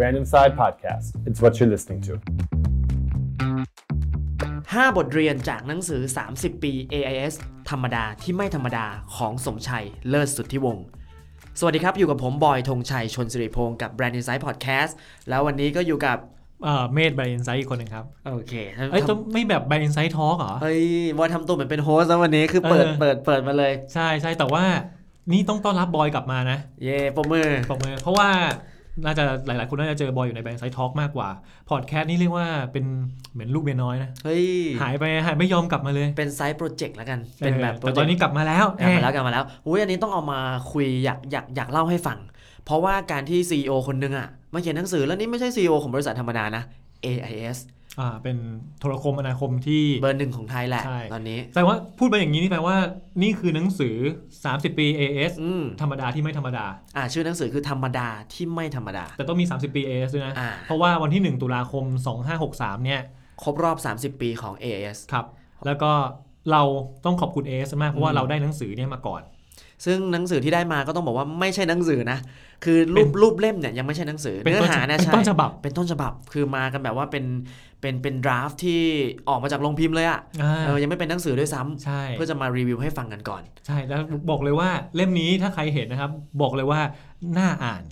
Random Side Podcast. It's what you're listening to. 5 บทเรียนจากหนังสือ 30 ปี AIS ธรรมดาที่ไม่ธรรมดาของสมชัยเลิศสุทธิวงศ์ สวัสดีครับ อยู่กับผม บอยธงชัย ชนสิริพงศ์กับ Brand Insight Podcast แล้ววันนี้ก็อยู่กับ เอ่อเมธไบอินไซต์อีกคนหนึ่งครับ โอเค เอ้ยต้องไม่แบบไบอินไซต์ทอล์กเหรอ เฮ้ยบอยทำตัวเหมือนเป็นโฮสต์แล้ววันนี้คือเปิด เออ เปิดเปิดมาเลย ใช่ใช่แต่ว่านี่ต้องต้อนรับบอยกลับมานะ เย่ปรบมือ ปรบมือเพราะว่าน่าจะหลาย ๆ คนน่าจะเจอบอยอยู่ในไบอินไซต์ทอล์กมากกว่า พอดแคสต์นี่เรียกว่าเป็นเหมือนลูกเมียน้อยนะ เฮ้ย หายไปหายไม่ยอมกลับมาเลย เป็นไซต์โปรเจกต์แล้วกัน เป็นแบบโปร แต่ เจ ตอก น ต์ นี้กลับมาแล้ว กลับมาแล้วกลับมาแล้วอุ้ยอันนี้ต้องเอามาคุยอยากอยากอยากเล่าให้ฟัง เพราะว่าการที่ CEO คนนึงอะมาเขียนหนังสือแล้วนี่ไม่ใช่ CEO ของบริษัทธรรมดานะ AIS อ่าเป็นโทรคมอนาคมที่ เบอร์หนึ่งของไทยแหละ ใช่ ตอนนี้ แต่ว่าพูดไปอย่างนี้นี่แปลว่านี่คือหนังสือ 30 ปี AS อืม ธรรมดาที่ไม่ธรรมดา อ่าชื่อหนังสือคือธรรมดาที่ไม่ธรรมดา แต่ต้องมี 30 ปี AS ด้วยนะ อ่า เพราะว่าวันที่ 1 ตุลาคม 2563 เนี่ย ครบรอบ 30 ปีของ AIS ครับ แล้วก็เราต้องขอบคุณ AS มาก เพราะว่าเราได้หนังสือเนี่ยมาก่อน ซึ่งหนังสือที่ได้มาก็ต้องบอกว่าไม่ใช่หนังสือนะ คือรูปรูปเล่มเนี่ยยังไม่ใช่หนังสือ เป็น เนื้อ ต้น หาเนี่ย เป็น ใช่ ต้นฉบับ เป็นต้นฉบับคือมากันแบบว่าเป็นเป็นเป็นดราฟที่ออกมาจากโรงพิมพ์เลยอะ อ่า เออยังไม่เป็นหนังสือด้วยซ้ำ ใช่ เพื่อจะมารีวิวให้ฟังกันก่อน ใช่ แล้วบอกเลยว่าเล่มนี้ถ้าใครเห็นนะครับ บอกเลยว่าน่าอ่าน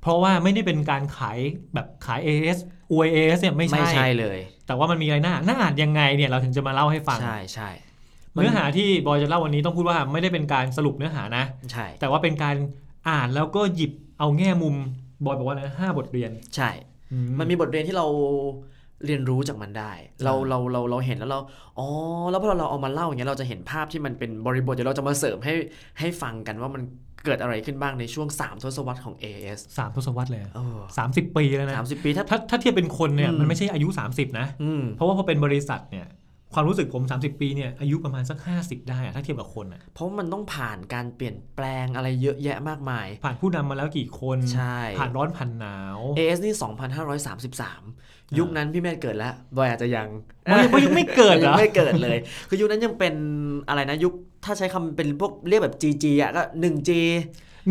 เพราะว่าไม่ได้เป็นการขายแบบขาย AS อวย AS เนี่ยไม่ใช่ ใช่เลย แต่ว่ามันมีอะไรน่าน่าอ่านยังไงเนี่ยเราถึงจะมาเล่าให้ฟัง ใช่ใช่ เนื้อหาที่บอยจะเล่าวันนี้ต้องพูดว่าไม่ได้เป็นการสรุปเนื้อหานะ ใช่ แต่ว่าเป็นการอ่านแล้วก็หยิบเอาแง่มุมบอยบอกว่าอะไรนะห้าบทเรียน ใช่ มันมีบทเรียนที่เราเรียนรู้จากมันได้ เราเราเราเราเห็นแล้วเราอ๋อแล้วพอเราเอามาเล่าอย่างเงี้ยเราจะเห็นภาพที่มันเป็นบริบทเดี๋ยวเราจะมาเสริมให้ให้ฟังกันว่ามันเกิดอะไรขึ้นบ้างในช่วง 3 ทศวรรษของ AS สามทศวรรษเลย เออ สามสิบปีแล้วนะ สามสิบปีถ้า ถ้าถ้าเทียบเป็นคนเนี่ย อืม มันไม่ใช่อายุ 30 นะ อืม เพราะว่าพอเป็นบริษัทเนี่ยความรู้สึกผม 30 ปีเนี่ยอายุประมาณสัก 50 ได้อะถ้าเทียบกับคนอะ เพราะมันต้องผ่านการเปลี่ยนแปลงอะไรเยอะแยะมากมาย ผ่านผู้นำมาแล้วกี่คน ใช่ ผ่านร้อนผ่านหนาว AS นี่ 2,533 ยุคนั้นพี่เมธเกิดแล้วบอยอาจจะยัง บอยยังบอยยังไม่เกิดเหร ยั อ งไม่เกิดเลย คือยุคนั้นยังเป็นอะไรนะยุค ถ้าใช้คำเป็นพวกเรียกแบบ GG อ่ะก็ 1G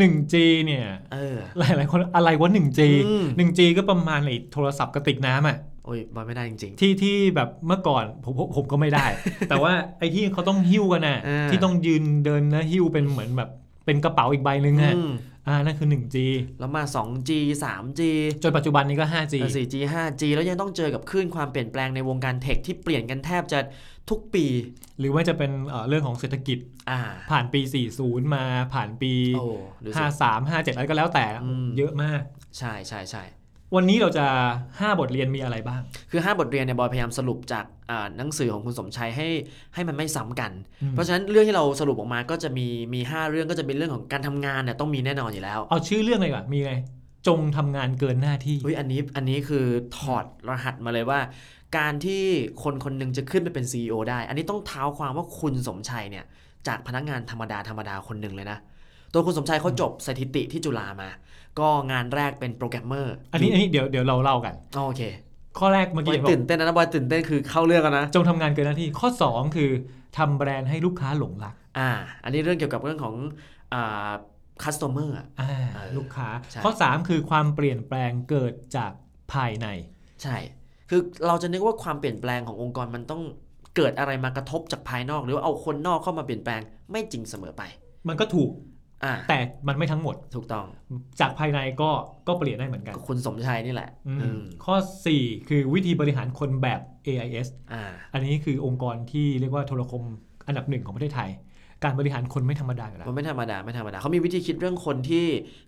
1G เนี่ย เออ หลายหลายๆคนอะไรวะ 1G อืม 1G ก็ประมาณไอ้โทรศัพท์กระติกน้ำอะ โอ้ยบอยไม่ได้จริง ที่ที่แบบเมื่อก่อนผมผมผมก็ไม่ได้ แต่ว่าไอ้ที่เขาต้องหิ้วกันน่ะ อ่า ที่ต้องยืนเดินแล้วหิ้วเป็นเหมือนแบบเป็นกระเป๋าอีกใบหนึ่ง ๆ อะ อืม อ่านั่นคือ 1G แล้วมา 2G 3G จนปัจจุบันนี้ก็ 5G เออ 4G 5G แล้วยังต้องเจอกับคลื่นความเปลี่ยนแปลงในวงการเทคที่เปลี่ยนกันแทบจะทุกปี หรือว่าจะเป็นเอ่อเรื่องของเศรษฐกิจ อ่า ผ่านปี 40 มาผ่านปี โอ้ดูสิ 53 57 อะไรก็แล้วแต่ อืม เยอะมาก ใช่ใช่ใช่ วันนี้เราจะ 5 บทเรียนมีอะไรบ้าง คือ 5 บทเรียนเนี่ยบอยพยายามสรุปจากอ่าหนังสือของคุณสมชัยให้ให้มันไม่ซ้ำกัน อืม เพราะฉะนั้นเรื่องที่เราสรุปออกมาก็จะมีมีห้าเรื่องก็จะเป็นเรื่องของการทำงานเนี่ยต้องมีแน่นอนอยู่แล้ว เอาชื่อเรื่องเลยดีกว่ามีไง จงทำงานเกินหน้าที่ เฮ้ยอันนี้อันนี้คือถอดรหัสมาเลยว่า การที่คนคนหนึงจะขึ้นไปเป็น CEO ได้ อันนี้ต้องเท้าความว่าคุณสมชัยเนี่ยจากพนักงานธรรมดาธรรมดาคนหนึ่งเลยนะ ตัวคุณสมชัยเขาจบสถิติที่จุฬามา ก็งานแรกเป็นโปรแกรมเมอร์ อันนี้อันนี้เดี๋ยวเดี๋ยวเราเล่ากัน อ๋อโอเค ข้อแรกเมื่ออบกี้ ย บอ ตื่ ก นเต้นนะบอยตื่นเต้นคือเข้าเรื่องแล้วนะ จงทำงานเกินหน้าที่ ข้อ 2 คือทำแบรนด์ให้ลูกค้าหลงรัก อ่า อันนี้เรื่องเกี่ยวกับเรื่องของอ่าคัสเตอร์ อ่า เออ ลูกค้า ใช่ ข้อ 3 คือความเปลี่ยนแปลงเกิดจากภายใน ใช่ คือเราจะนึกว่าความเปลี่ยนแปลงขององค์กรมันต้องเกิดอะไรมากระทบจากภายนอก หรือว่าเอาคนนอกเข้ามาเปลี่ยนแปลงไม่จริงเสมอไป มันก็ถูก อ่า แต่มันไม่ทั้งหมด ถูกต้อง จากภายในก็ก็เปลี่ยนได้เหมือนกัน คุณสมชัยนี่แหละ อืม อืม ข้อ 4 คือวิธีบริหารคนแบบ AIS อ่า อันนี้คือองค์กรที่เรียกว่าโทรคมอันดับหนึ่งของประเทศไทย การบริหารคนไม่ธรรมดาอยู่แล้ มั วน ไม่ธรรมดาไม่ธรรมดาเขามีวิธีคิดเรื่องคนที่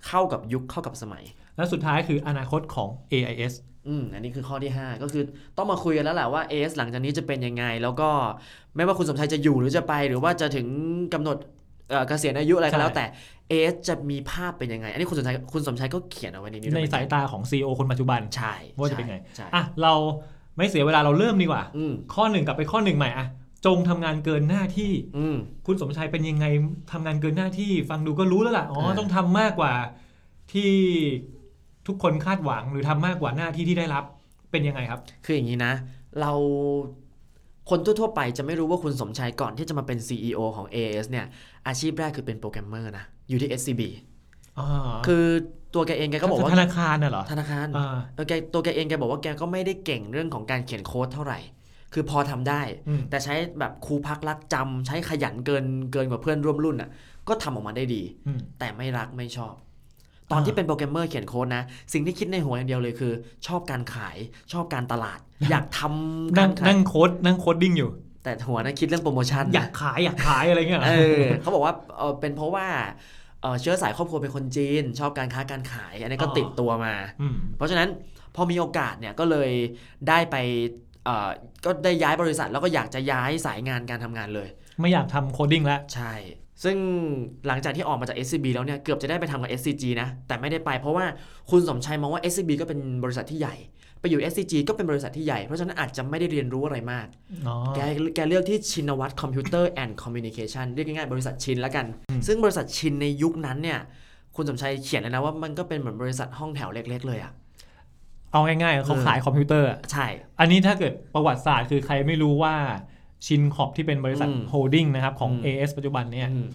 เข้ากับยุคเข้ากับสมัย และสุดท้ายคืออนาคตของ AIS อืมอันนี้คือข้อที่ 5 ก็คือต้องมาคุยกันแล้วแหละว่า AS หลังจากนี้จะเป็นยังไง แล้วก็ไม่ว่าคุณสมชัยจะอยู่หรือจะไปหรือว่าจะถึงกำหนดเอ่อเกษียณอายุอะไรก็แล้วแต่ AS จะมีภาพเป็นยังไง อันนี้คุณสมชัยคุณสมชัยก็เขียนเอาไว้ในนี้ด้ว ใน ยเหมือกั สายตาของ CEO คนปัจจุบัน ใช่ ว่าจะเป็นไง ใช่ อ่ะ เราไม่เสียเวลาเราเริ่มดีกว่า อืม ข้อหนึ่งกลับไปข้อหนึ่งใหม่อ่ะ จงทำงานเกินหน้าที่ อืม คุณสมชายเป็นยังไงทำงานเกินหน้าที่ ฟังดูก็รู้แล้วล่ะ อ๋อ เออ ต้องทำมากกว่าที่ทุกคนคาดหวังหรือทำมากกว่าหน้าที่ที่ได้รับเป็นยังไงครับ คืออย่างนี้นะ เราคนทั่วๆไปจะไม่รู้ว่าคุณสมชายก่อนที่จะมาเป็น CEO ของ AS เนี่ย อาชีพแรกคือเป็นโปรแกรมเมอร์นะ อยู่ที่ SCB อ่า คือตัวแกเองแกก็บอกว่า ธนาคารน่ะเหรอ ธนาคาร อ่า เออแกตัวแกเองแกบอกว่าแกก็ไม่ได้เก่งเรื่องของการเขียนโค้ดเท่าไหร่ คือพอทำได้ อืม แต่ใช้แบบครูพักรักจำใช้ขยันเกินเกินกว่าเพื่อนร่วมรุ่นอ่ะ ก็ทำออกมาได้ดี อืม แต่ไม่รักไม่ชอบ ตอนที่เป็นโปรแกรมเมอร์เขียนโค้ดนะ สิ่งที่คิดในหัวอย่างเดียวเลยคือ ชอบการขายชอบการต ลาด อยากทำกา นั่ง รขา นั่ ย งโค้ดนั่งโค้ดดิ้งอยู่ แต่หัวนะคิดเรื่องโปรโมชั่น อยา นะ กขายอยากขายอะไรเงี้ยเหรอ เออเขาบอกว่าเออเป็นเพราะว่าเอ่อเชื้อสายครอบครัวเป็นคนจีน ชอบการค้าการขายอันนี้ก็ติดตัวมา ม เพราะฉะนั้นพอมีโอกาสเนี่ยก็เลยได้ไปเอ่อก็ได้ย้ายบริษัทแล้วก็อยากจะย้ายสายงานการทำงานเลย ไม่อยากทำโคดดิ้งแล้ว ใช่ ซึ่งหลังจากที่ออกมาจาก SCB แล้วเนี่ยเกือบจะได้ไปทำกับ SCG นะ แต่ไม่ได้ไปเพราะว่าคุณสมชัยมองว่า SCB ก็เป็นบริษัทที่ใหญ่ ไปอยู่ SCG ก็เป็นบริษัทที่ใหญ่ เพราะฉะนั้นอาจจะไม่ได้เรียนรู้อะไรมาก อ๋อ แกแกเลือกที่ชินวัตรคอมพิวเตอร์แอนด์คอมมิวนิเคชันเรียกง่ายๆบริษัทชินแล้วกัน อืม ซึ่งบริษัทชินในยุคนั้นเนี่ยคุณสมชัยเขียนเลยนะว่ามันก็เป็นเหมือนบริษัทห้องแถวเล็ก ๆ เลยอะ เอาง่ายๆเขา เออ ขายคอมพิวเตอร์อะ ใช่ อันนี้ถ้าเกิดประวัติศาสตร์คือใครไม่รู้ว่าชินขอบที่เป็นบริษัท อืม โฮลดิ้งนะครับของ อืม AS ปัจจุบันเนี่ย อืม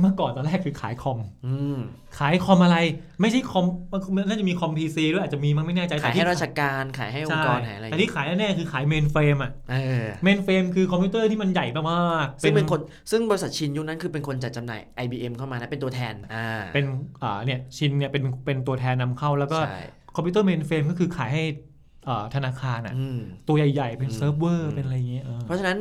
เมื่อก่อนตอนแรกคือขายคอม อืม ขายคอมอะไร ไม่ใช่คอมมันน่าจะมีคอมพีซีด้วยอาจจะมีมั้งไม่แน่ใจ ขายให้ แต่ที่ ราชการขายให้อง ใช่ ค์กรขายอะไรอย่าง แต่ เงี้ย ที่ขายแน่ๆคือขายเมนเฟรมอ่ะ เออ เมนเฟรมคือคอมพิวเตอร์ที่มันใหญ่มากๆ ซึ่งเป็นคนซึ่งบริษัทชินยุคนั้นคือเป็นคนจัดจำหน่าย IBM เข้ามานะ เป็นตัวแทนอ่า เป็นอ่าเนี่ยชินเนี่ยเป็นเป็นตัวแทนนำเข้าแล้วก็ ใช่ คอมพิวเตอร์เมนเฟรมก็คือขายให้เอ่อธนาคารอ่ะ อืม ตัวใหญ่ๆ เป็น อืม เซิร์ฟเวอ อื ร์ ม เป็นอะไรอย่างเงี้ยเออ เพราะฉะนั้น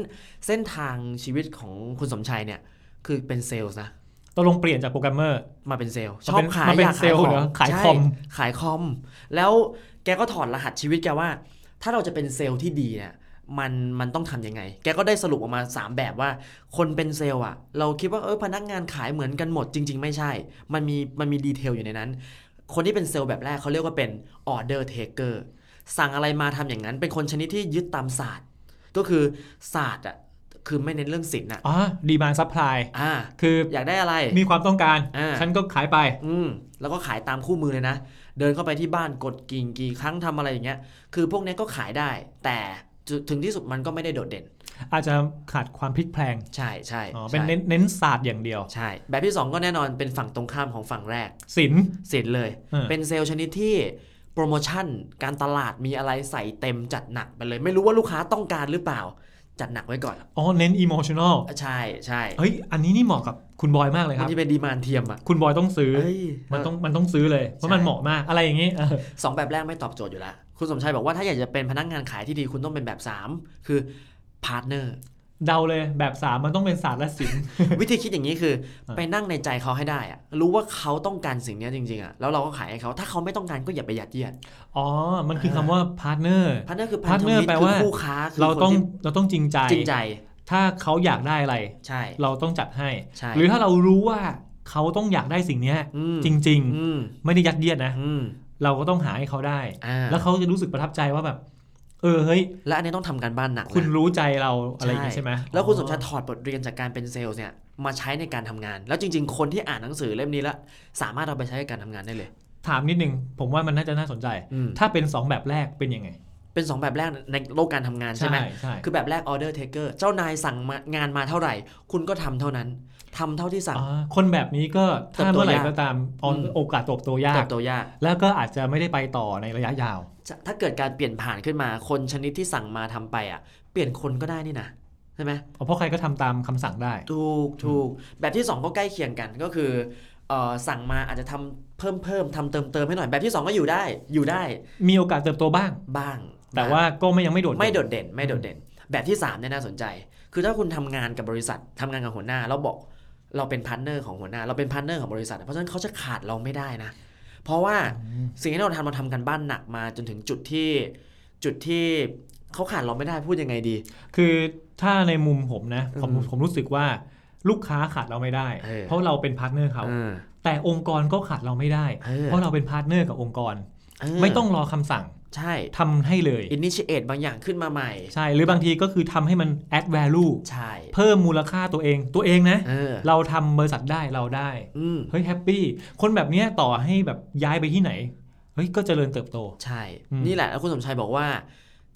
เส้นทางชีวิตของคุณสมชัยเนี่ย คือเป็นเซลล์นะ ตกลงเปลี่ยนจากโปรแกรมเมอร์ มาเป็นเซลล์ มา ชอบ เป็น ขาย มาเป็น อยาก เซลล์เหรอขาย ใช่ คอม ขายคอม แล้วแกก็ถอดรหัสชีวิตแกว่า ถ้าเราจะเป็นเซลล์ที่ดีเนี่ยมันมันต้องทำยังไง แกก็ได้สรุปออกมาสามแบบว่า คนเป็นเซลล์อะเราคิดว่าเออพนักงานขายเหมือนกันหมดจริง ๆ ไม่ใช่ มันมีมันมีดีเทลอยู่ในนั้น คนที่เป็นเซลล์แบบแรกเขาเรียกว่าเป็นออเดอร์เทเกอร์สั่งอะไรมาทำอย่างนั้น เป็นคนชนิดที่ยึดตามศาสตร์ ก็คือศาสตร์อะคือไม่เน้นเรื่องสินอะ อ๋อดีมาซัพพลาย อ่า คือ อยากได้อะไร มีความต้องการ อ่า ฉันก็ขายไป อืมแล้วก็ขายตามคู่มือเลยนะ เดินเข้าไปที่บ้านกดกิ่งกี่ครั้งทำอะไรอย่างเงี้ย คือพวกเนี้ยก็ขายได้ แต่จุถึงที่สุดมันก็ไม่ได้โดดเด่น อาจจะขาดความพลิกแพลง ใช่ใช่ อ๋อเป็น ใช่ เน้นเน้นศาสตร์อย่างเดียว ใช่ แบบที่สองก็แน่นอนเป็นฝั่งตรงข้ามของฝั่งแรก ศิลป์ เสร็จเลย อ่า เป็นเซลล์ชนิดที่โปรโมชั่น การตลาดมีอะไรใส่เต็มจัดหนักไปเลย ไม่รู้ว่าลูกค้าต้องการหรือเปล่า จัดหนักไว้ก่อน อ๋อเน้นอิโมชั่นอล ใช่ใช่ เฮ้ย อันนี้นี่เหมาะกับคุณบอยมากเลยค มัน รับ จะเป็นดีมานเทียมอ่ะ คุณบอยต้องซื้อ เอ้ย มันต้องมันต้องซื้อเลยเพราะมัน ใช่ เหมาะมากอะไรอย่างงี้เออ สองแบบแรกไม่ตอบโจทย์อยู่แล้ว คุณสมชัยบอกว่าถ้าอยากจะเป็นพนักงานขายที่ดีคุณต้องเป็นแบบ 3 คือพาร์ทเนอร์ เดาเลยแบบสามมันต้องเป็นศาสตร์และศิลป์ วิธีคิดอย่างนี้คือ อ่า ไปนั่งในใจเขาให้ได้อะรู้ว่าเขาต้องการสิ่งเนี้ยจริงๆอะแล้วเราก็ขายให้เขาถ้าเขาไม่ต้องการก็อย่าไปยัดเยียด อ๋อมันคือคำว่าพาร์ทเนอร์ พาร์ทเนอร์คือพันธ partner มิตร แปล คือ ว่า คู่ค้าคือ เรา คน ต้อง ที่ เราต้องจริงใจ จริงใจ ถ้าเขาอยากได้อะไร ใช่ เราต้องจัดให้ ใช่ หรือถ้าเรารู้ว่าเขาต้องอยากได้สิ่งเนี้ย อืม จริง อืม ๆ ไม่ได้ยัดเยียดนะ อืม เราก็ต้องหาให้เขาได้ อ่า แล้วเขาจะรู้สึกประทับใจว่าแบบ เออเฮ้ย และอันนี้ต้องทำการบ้านหนักนะ คุณรู้ใจเราอะไรอย่างงี้ ใช่ ใช่ไหม แล้วคุณสมชายถอ๋ออดบทเรียนจากการเป็นเซลล์เนี่ยมาใช้ในการทำงาน แล้วจริง ๆ คนที่อ่านหนังสือเล่มนี้แล้วสามารถเอาไปใช้ในการทำงานได้เลย ถามนิดนึง ผมว่ามันน่าจะน่าสนใจ อืม ถ้าเป็น 2 แบบแรกเป็นยังไง เป็นสองแบบแรกในโลกการทำงานใช่ไหม ใช่ คือแบบแรก order taker เจ้านายสั่งมางานมาเท่าไหร่ คุณก็ทำเท่านั้นทำเท่าที่สั่ง อ๋อคนแบบนี้ก็ เติบ ถ้า โต เมื่อไหร่ ยาก ก็ตาม อืม โอกาสเตบโตยา เติ ก บโตยาก แล้วก็อาจจะไม่ได้ไปต่อในระยะยาว จะถ้าเกิดการเปลี่ยนผ่านขึ้นมาคนชนิดที่สั่งมาทำไปอ่ะ เปลี่ยนคนก็ได้นี่นะใช่ไหม เพราะใครก็ทำตามคำสั่งได้ ถูกถูกแบบที่ 2 ก็ใกล้เคียงกันก็คือเอ่อสั่งมาอาจจะทำเพิ่มเพิ่มทำเติมเติมให้หน่อยแบบที่ 2 ก็อยู่ได้อยู่ได้ มีโอกาสเติบโตบ้าง บ้าง แต่ว่าก็ไม่ยังไม่โดดเน ไม่โดดเด่นไม่โดดเด่น แบบที่3เนี่ยน่าสนใจ คือถ้าคุณทำงานกับบริษัททำงานกับหัวหน้าแล้วบอกเราเป็นพาร์ทเนอร์ของหัวหน้า เราเป็นพาร์ทเนอร์ของบริษัท เพราะฉะนั้นเขาจะขาดเราไม่ได้นะ เพราะว่า สิ่งที่เราทำเราทำกันบ้านหนักมาจนถึงจุดที่จุดที่เขาขาดเราไม่ได้พูดยังไงดี คือถ้าในมุมผมนะผม อืม ผมรู้สึกว่าลูกค้าขาดเราไม่ได้ เออ เพราะเราเป็นพาร์ทเนอร์เขา เออ แต่องค์กรก็ขาดเราไม่ได้ เออ เพราะเราเป็นพาร์ทเนอร์กับองค์กร เ ไม่ต้องรอคำสั่ง ใช่ ทำให้เลย อินิชิเอตบางอย่างขึ้นมาใหม่ ใช่ หรือบางทีก็คือทำให้มัน add value ใช่ เพิ่มมูลค่าตัวเองตัวเองนะ เออ เราทำบริษัทได้เราได้ อืม เฮ้ยแฮปปี้คนแบบเนี้ยต่อให้แบบย้ายไปที่ไหน เฮ้ยก็เจริญเติบโต ใช่ อืม นี่แหละแล้วคุณสมชัยบอกว่า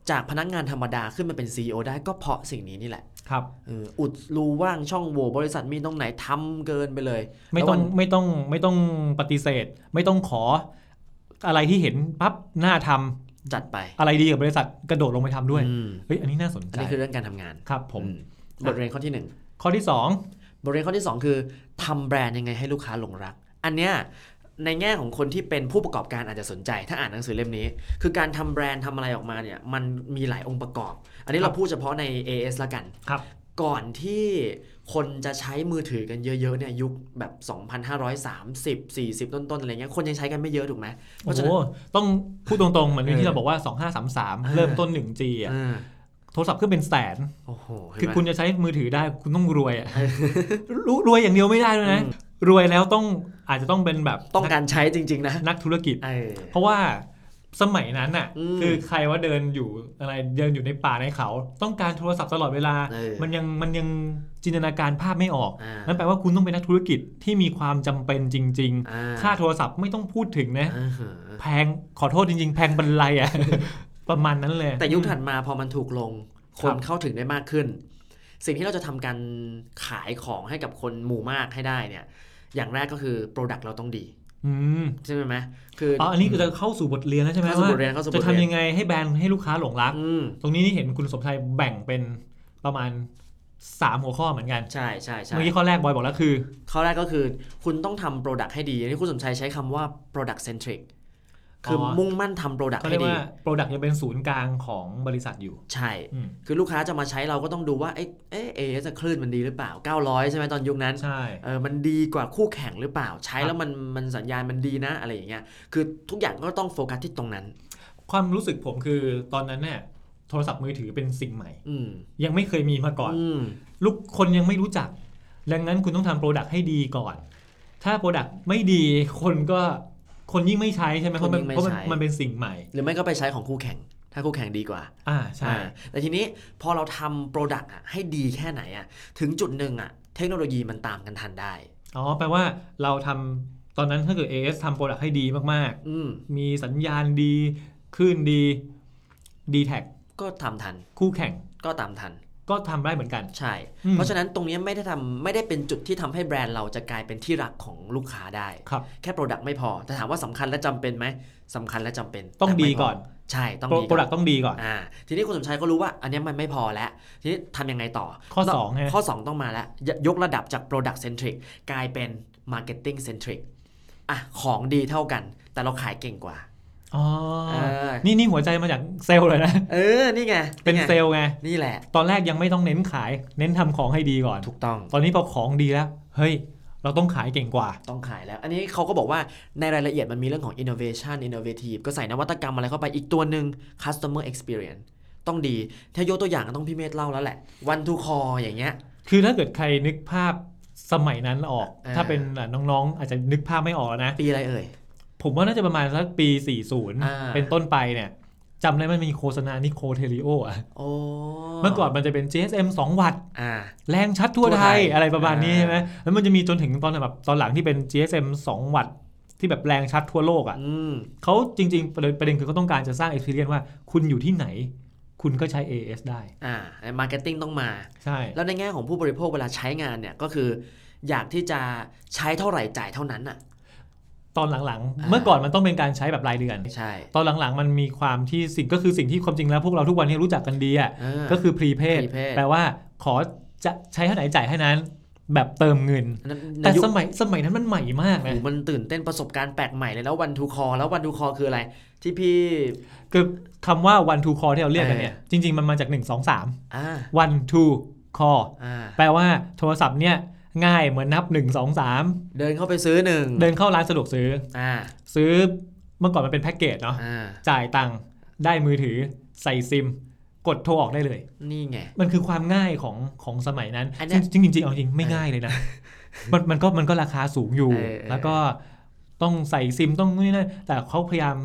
จ จากพนักงานธรรมดาขึ้นมาเป็น CEO ได้ก็เพราะสิ่งนี้นี่แหละ ครับ เอออุดรูว่างช่องโหว่บริษัทมีตรงไหนทำเกินไปเลย ไม่แล้วต้องวัน ไม่ต้องไม่ต้องปฏิเสธ ไม่ต้องขออะไรที่เห็นปั๊บหน้าทำ จัดไป อะไรดีกับบริษัทกระโดดลงไปทำด้วย อืม เฮ้ยอันนี้น่าสน อั ใจ นนี้คือเรื่องการทำงาน ครับผม อืบทเรียนข้อที่หนึ่ง ข้อที่ บทเรียนข้อที่ 2 คือทำแบรนด์ยังไงให้ลูกค้าหลงรัก อันเนี้ยในแง่ของคนที่เป็นผู้ประกอบการอาจจะสนใจ ถ้าอ่านหนังสือเล่มนี้ คือการทำแบรนด์ทำอะไรออกมาเนี่ยมันมีหลายองค์ประกอบ อันนี้เราพูดเฉพาะใน AS ละกัน 2 ครับ ก่อนที่คนจะใช้มือถือกันเยอะๆเนี่ยยุคแบบ 2,530 40 ต้นๆอะไรเงี้ยคนยังใช้กันไม่เยอะถูกไหมเพ โอ้ ราะฉะ โห นั้น ต้องพูดตรงๆ เหมือน เออ ที่เราบอกว่า 2533 เริ่มต้น 1G อ่ะ อ่า โทรศัพท์ขึ้นเป็นแสน โอ้โหเห็นไหม คือคุณจะใช้มือถือได้คุณต้องรวยอ่ะรู้รวยอย่างเดียวไม่ได้ด้วยนะ รวยแล้วต้องอาจจะต้องเป็นแบบ ต้องการใช้จริง ๆ นะ นักธุรกิจ เออ เพราะว่าสมัยนั้นน่ะ อืม คือใครว่าเดินอยู่อะไรเดินอยู่ในป่าในเขา ต้องการโทรศัพท์ตลอดเวลา เออ มันยังมันยังจินตนาการภาพไม่ออก อ่านั่ นั่นแปลว่าคุณต้องเป็นนักธุรกิจที่มีความจำเป็นจริง อ่า ๆ ค่าโทรศัพท์ไม่ต้องพูดถึงนะ อ่าฮะ แพงขอโทษจริง ๆ แพงบรรลัย อ่ะ ประมาณนั้นเลย แต่ยุค อืม ถัดมาพอมันถูกลง ค ครั น บ เข้าถึงได้มากขึ้น สิ่งที่เราจะทำการขายของให้กับคนหมู่มากให้ได้เนี่ย อย่างแรกก็คือ Product เราต้องดี อืม ใช่ไหมคืออ อ๋ออันนี้จะเข้าสู่บทเรียนแล้วใช่ไหม เข้าสู่บว่าทเรียนเข้าสู่บทเรี จะ ยน ทำยังไงให้แบรนด์ให้ลูกค้าหลงรัก อืม ตรงนี้นี่เห็นคุณสมชัยแบ่งเป็นประมาณ 3 หัวข้อเหมือนกัน ใช่ใช่ใช่ เมื่อกี้ข้อแรกบอยบอกแล้วคือ ข้อแรกก็คือ คุณต้องทำ Product ให้ดีอันนี้คุณสมชัยใช้คำว่า Product centric คืออ อ มุ่งมั่นทำ Product เขาเรี ให้ ยก ดี ว่า Product ยังเป็นศูนย์กลางของบริษัทอยู่ ใช่ อืม คือลูกค้าจะมาใช้เราก็ต้องดูว่า เอ๊ะเอ๊ะ AS อะคลื่นมันดีหรือเปล่า 900 ใช่ไหมตอนยุคนั้น ใช่ เออมันดีกว่าคู่แข่งหรือเปล่า ใช้แล้วมันมันสัญญาณมันดีนะอะไรอย่างเงี้ย คือทุกอย่างก็ต้องโฟกัสที่ตรงนั้น ความรู้สึกผมคือตอนนั้นเนี่ยโทรศัพท์มือถือเป็นสิ่งใหม่ อืม ยังไม่เคยมีมาก่อน อืม ลูกคนยังไม่รู้จัก ดังนั้นคุณต้องทำโปรดักต์ให้ดีก่อน ถ้าโปรดักต์ไม่ดีคนก็คนยิ่งไม่ใช้ใช่ไหมเพราะมัน คนยิ่งไม่ เพราะมัน ใช้ มันเป็นสิ่งใหม่ หรือไม่ก็ไปใช้ของคู่แข่ง ถ้าคู่แข่งดีกว่า อ่าใช่ อ่าแต่ทีนี้พอเราทำโปรดักต์อะให้ดีแค่ไหนอะถึงจุดหนึ่งอะเทคโนโลยีมันตามกันทันได้ อ๋อ แปลว่าเราทำตอนนั้นถ้าเกิด AS ทำโปรดักต์ให้ดีมาก อืม ๆ มีสัญญาณดีคลื่นดีดีแท็ก ก็ทำทัน คู่แข่ง ก็ตามทัน ก็ทำได้เหมือนกัน ใช่ อืม เพราะฉะนั้นตรงเนี้ยไม่ได้ทำไม่ได้เป็นจุดที่ทำให้แบรนด์เราจะกลายเป็นที่รักของลูกค้าได้ ครับ แค่โปรดักต์ไม่พอ แต่ถามว่าสำคัญและจำเป็นไหมสำคัญและจำเป็น ต้อง แไม่ ดี พ ก่อน ใช่ต้องดี โปรดักต์ต้องดีก่อน อ่าทีนี้คุณสมชายก็รู้ว่าอันเนี้ยมันไม่พอแล้ว ทีนี้ทำยังไงต่อ ข้อ ต้ สองไง ข้อ 2 ต้องมาแล้วยยกระดับจาก Product Centric กลายเป็น Marketing Centric อ่ะของดีเท่ากัน แต่เราขายเก่งกว่า อ๋อ เออ นี่นี่หัวใจมาจากเซลล์เลยนะ เออ นี่ไง เป็น ไง เซลล์ไง นี่แหละ ตอนแรกยังไม่ต้องเน้นขาย เน้นทำของให้ดีก่อน ถูกต้อง ตอนนี้พอของดีแล้ว เฮ้ย เราต้องขายเก่งกว่า ต้องขายแล้ว อันนี้เขาก็บอกว่าในรายละเอียดมันมีเรื่องของ innovation innovative ก็ใส่นวัตกรรมอะไรเข้าไปอีกตัวหนึ่ง customer experience ต้องดี ถ้ายกตัวอย่างก็ต้องพี่เมธเล่าแล้วแหละ one to call อย่างเงี้ย คือถ้าเกิดใครนึกภาพสมัยนั้นออก เออ ถ้าเป็นอ่ะน้องๆ อาจจะนึกภาพไม่ออกแล้วนะ ปีอะไรเอ่ย ผมว่าน่าจะประมาณสักปี 40 เป็นต้นไปเนี่ยจำได้มันมีโฆษณานิโคเทริโออะ โอ้ เมื่อก่อนมันจะเป็น GSM 2 วัตต์ อ่า แรงชัดทั่วไทย ทั่วไทย อะไรประมาณนี้ อ่า ใช่ไหมแล้วมันจะมีจนถึงตอนแบบตอนหลังที่เป็น GSM 2 วัตต์ที่แบบแรงชัดทั่วโลกอ่ะ อืม เขาจริงๆ ประเด็นประเด็นคือเขาต้องการจะสร้าง experience ว่าคุณอยู่ที่ไหน คุณก็ใช้ AS ได้ อ่า marketing ต้องมา ใช่ แล้วในแง่ของผู้บริโภคเวลาใช้งานเนี่ย ก็คือ อยากที่จะใช้เท่าไหร่จ่ายเท่านั้นอ่ะ ตอนหลัง อ่า ๆ เมื่อก่อนมันต้องเป็นการใช้แบบรายเดือน ใช่ ตอนหลังๆ มันมีความที่สิ่งก็คือสิ่งที่ความจริงแล้วพวกเราทุกวันนี้รู้จักกันดีอ่ะ เออ ก็คือ prepaid prepaid แปลว่าขอจะใช้เท่าไหร่จ่ายเท่านั้น แบบเติมเงิน อันนั้นใน แต่ ยุค สมัยสมัยนั้นมันใหม่มาก โอ้ นะ โหมันตื่นเต้นประสบการณ์แปลกใหม่เลยแล้ววันทูคอแล้ววันทูคอคืออะไร ที่พี่ คือคำว่า one to call ที่เราเรียกกันเนี่ย เออ จริง ๆ มันมาจาก 1 2อ3่า one to call อ่า แปลว่าโทรศัพท์เนี่ย ง่ายเหมือนนับ 1 2 3 เดินเข้าไปซื้อหนึ่ง เดินเข้าร้านสะดวกซื้อ อ่า ซื้อเมื่อก่อนมันเป็นแพ็กเกจเนาะ อ่า จ่ายตังค์ได้มือถือใส่ซิม กดโทรออกได้เลย นี่ไง มันคือความง่ายของของสมัยนั้น อันเนี้ย จริงจริงๆเอาจริงไม่ง่ายเลยนะ มันมันก็มันก็ราคาสูงอยู่ เออเออ แล้วก็ต้องใส่ซิมต้องนู่นนี่นั่นแต่เขาพยายาม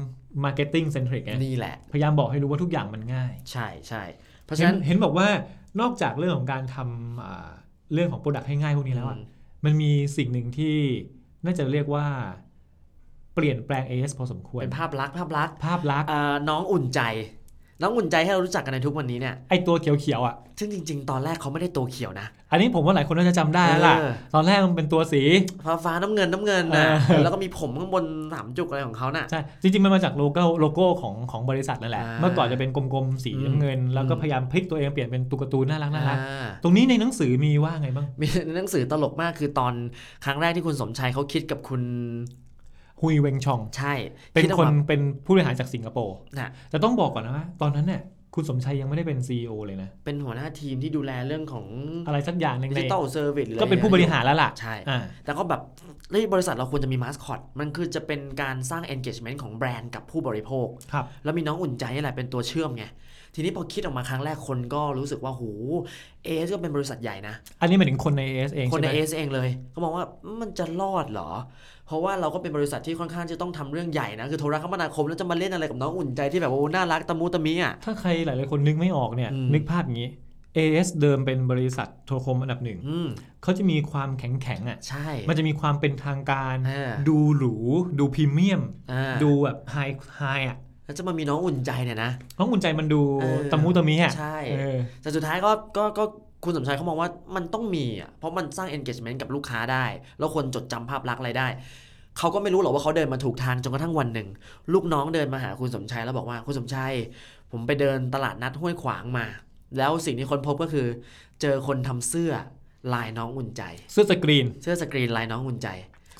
มาร์เก็ตติ้งเซนทริกไง นี่แหละ พยายามบอกให้รู้ว่าทุกอย่างมันง่าย ใช่ใช่เพราะ เห็ ฉะ น นั้น เห็นบอกว่านอกจากเรื่องของการทำอ่าเรื่องของโปรดักต์ให้ง่ายพวกนี้แล้วอะ อืม มันมีสิ่งหนึ่งที่น่าจะเรียกว่า เปลี่ยนแปลง AS พอสมควร เป็นภาพลักษณ์ภาพลักษณ์ ภาพลักษณ์ อ่าน้องอุ่นใจ น้องอุ่นใจให้เรารู้จักกันในทุกวันนี้เนี่ย ไอตัวเขียวๆอ่ะ ซึ่งจริง ๆ ตอนแรกเขาไม่ได้ตัวเขียวนะ อันนี้ผมว่าหลายคนน่าจะจำได้แล้วล่ะ เออ ตอนแรกมันเป็นตัวสี ฟ้าฟ้าน้ำเงินน้ำเงินนะ เออ แล้วก็มีผมข้างบนสามจุกอะไรของเขาน่ะ ใช่ จริงๆ มันมาจากโลโก้โลโก้ของของบริษัทนั่นแหละ อ่า เมื่อก่อนจะเป็นกลมๆ สี อืม น้ำเงิน แล้วก็ อืม พยายามพลิกตัวเองเปลี่ยนเป็นตุ๊กตาตูนน่ารักน่ารัก อ่า ตรงนี้ในหนังสือมีว่าไงบ้าง มีหนังสือตลกมากคือตอนครั้งแรกที่คุณสมชายเขาคิดกับคุณ ฮุยเวงชอง ใช่ เป็น ดออก คน มา เป็นผู้บริหารจากสิงคโปร์ น่ะ แต่ต้องบอกก่อนนะว่าตอนนั้นเนี่ยคุณสมชัยยังไม่ได้เป็น CEO เลยนะ เป็นหัวหน้าทีมที่ดูแลเรื่องของ อะไรสักอย่างหนึ่ง ดิ ใน จิตอลเซอร์วิสหรืออะไร ก็เป็นผู้บริหารแล้วล่ะ ใช่ อ่า แต่ก็แบบเฮ้ยบริษัทเราควรจะมีมาสคอต มันคือจะเป็นการสร้าง engagement ของแบรนด์กับผู้บริโภค ครับ แล้วมีน้องอุ่นใจนี่แหละเป็นตัวเชื่อมไง ทีนี้พอคิดออกมาครั้งแรกคนก็รู้สึกว่าหูเอสก็เป็นบริษัทใหญ่นะ อันนี้หมายถึงคนใน AS เอง คน ใช่ ใน ไหม เอสเองเลยก็มองว่ามันจะรอดเหรอ เพราะว่าเราก็เป็นบริษัทที่ค่อนข้างจะต้องทำเรื่องใหญ่นะ คือโทรคมนาคมแล้วจะมาเล่นอะไรกับน้องอุ่นใจที่แบบว่าโอ้น่ารักตะมูตะมิอ่ะ ถ้าใครหลาย ๆ คนนึกไม่ออกเนี่ย อืม นึกภาพอย่างนี้ AS เดิมเป็นบริษัทโทรคมอันดับหนึ่ง อืม เขาจะมีความแข็งแข็งๆอ่ะ ใช่ มันจะมีความเป็นทางการ เออ ดูหรู ดูพรีเมียม อ่า ดูแบบไฮไฮอ่ะ แล้วจะมามีน้องอุ่นใจเนี่ยนะ น้องอุ่นใจมันดู เออ ตะมุตะมิอ่ะ ใช่ เออ แต่สุดท้ายก็ก็ก็คุณสมชายเขามองว่ามันต้องมีอ่ะเพราะมันสร้าง engagement กับลูกค้าได้ แล้วคนจดจำภาพลักษณ์อะไรได้ เขาก็ไม่รู้หรอกว่าเขาเดินมาถูกทางจนกระทั่งวันหนึ่ง ลูกน้องเดินมาหาคุณสมชายแล้วบอกว่าคุณสมชายผมไปเดินตลาดนัดห้วยขวางมา แล้วสิ่งที่คนพบก็คือ เจอคนทำเสื้อลายน้องอุ่นใจ เสื้อสกรีน เสื้อสกรีนลายน้องอุ่นใจ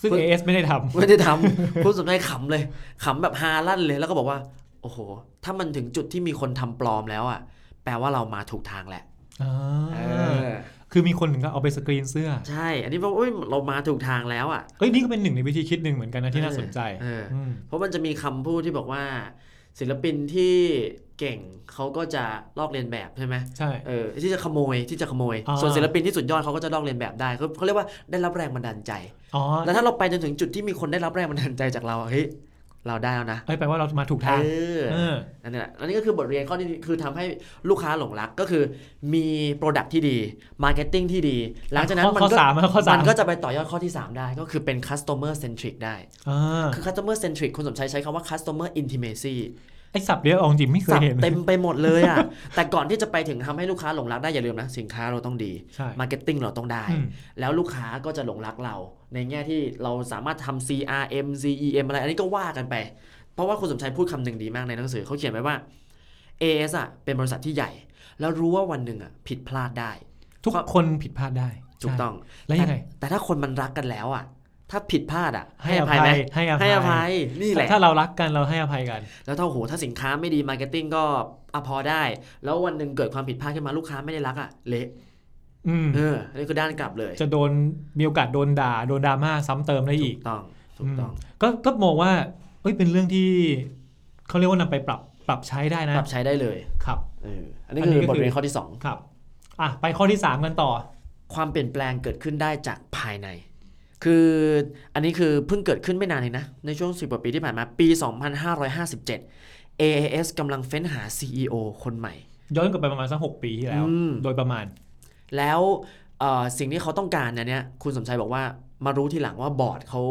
ซึ่ง คุณ AS ไม่ได้ทำ ไม่ได้ทำ คุณสมชายขำเลยขำแบบฮาลั่นเลยแล้วก็บอกว่า โอ้โห ถ้ามันถึงจุดที่มีคนทำปลอมแล้วอ่ะแปลว่าเรามาถูกทางแหละ อ่า เออ คือมีคนถึงก็เอาไปสกรีนเสื้อ ใช่ อันนี้ว่าเอ้ยเรามาถูกทางแล้วอ่ะ เอ้ยนี่ก็เป็นหนึ่งในวิธีคิดหนึ่งเหมือนกันนะที่น่าสนใจ เออ ม เพราะมันจะมีคำพูดที่บอกว่า ศิลปินที่เก่งเขาก็จะลอกเลียนแบบใช่ไหม ใช่ เออที่จะขโมยที่จะขโมย อ่า ส่วนศิลปินที่สุดยอดเขาก็จะลอกเลียนแบบได้เขาเขาเรียกว่าได้รับแรงบันดาลใจ อ๋อ แล้วถ้าเราไปจนถึงจุดที่มีคนได้รับแรงบันดาลใจจากเราอะเฮ้ยเราได้แล้วนะ เอ้ยแปลว่าเรามาถูก เอ ทาง อ เออ อันนี้แหละอันนี้ก็คือบทเรียนข้อนี้คือทำให้ลูกค้าหลงรักก็คือมีโปรดักที่ดีมาร์เก็ตติ้งที่ดีหลังจากนั้น ข้อ มัน ข้อ ก็ สามข้อสาม มันก็จะไปต่อยอดข้อที่สามได้ก็คือเป็น customer centric ได้ อ่า คือ customer centric คุณสมชัยใช้คำว่า customer intimacy ไอ้สับเดียวเอาจริงไม่เค สั ย บ เห็น เต็มไปหมดเลยอ่ะ แต่ก่อนที่จะไปถึงทำให้ลูกค้าหลงรักได้อย่าลืมนะ สินค้าเราต้องดี ใช่ marketing เราต้องได้ อืม แล้วลูกค้าก็จะหลงรักเรา ในแง่ที่เราสามารถทำ CRM CEM อะไร อันนี้ก็ว่ากันไป เพราะว่าคุณสมชัยพูดคำหนึ่งดีมากในหนังสือเขาเขียนไว้ว่า AS อ่ะเป็นบริษัทที่ใหญ่ แล้วรู้ว่าวันหนึ่งอ่ะผิดพลาดได้ ทุกคนผิดพลาดได้ ถูก ใช่ ต้อง แล้วยังไง แต่แต่ถ้าคนมันรักกันแล้วอ่ะ ถ้าผิดพลาดอ่ะ ให้ ให้อ อภัภัย ย ไหม ให้อภัย ให้อภัยนี่แหละ ถ้าเรารักกันเราให้อภัยกัน แล้วถ้าโหถ้าสินค้าไม่ดีมาร์เก็ตติ้งก็อะพอได้ แล้ววันหนึ่งเกิดความผิดพลาดขึ้นมาลูกค้าไม่ได้รักอ่ะ เละ อืม เอออันนี่คือด้านกลับเลย จะโดนมีโอกาสโดนด่าโดนดราม่าซ้ำเติมได้ถูอีก กต้องถูกต้อง มก็ก็มองว่าเอ้ยเป็นเรื่องที่เขาเรียกว่านำไปปรับปรับใช้ได้นะ ปรับใช้ได้เลย ครับ เอออันนี้ อันนี้ คือ ก็ บท คือ เรียนข้อที่ ครับอ่ะไปข้อที่สามกันต่อ 2 ความเปลี่ยนแปลงเกิดขึ้นได้จากภายใน คืออันนี้คือเพิ่งเกิดขึ้นไม่นานเองนะ ในช่วง 10กว่าปีที่ผ่านมาปี 2557 AAS กำลังเฟ้นหา CEO คนใหม่ ย้อนกลับไปประมาณสักหกปีที่แล้ว อืม โดยประมาณ แล้วเอ่อสิ่งที่เขาต้องการเนี่ยเนี่ยคุณสมชัยบอกว่ามารู้ทีหลังว่าบอร์ดเขา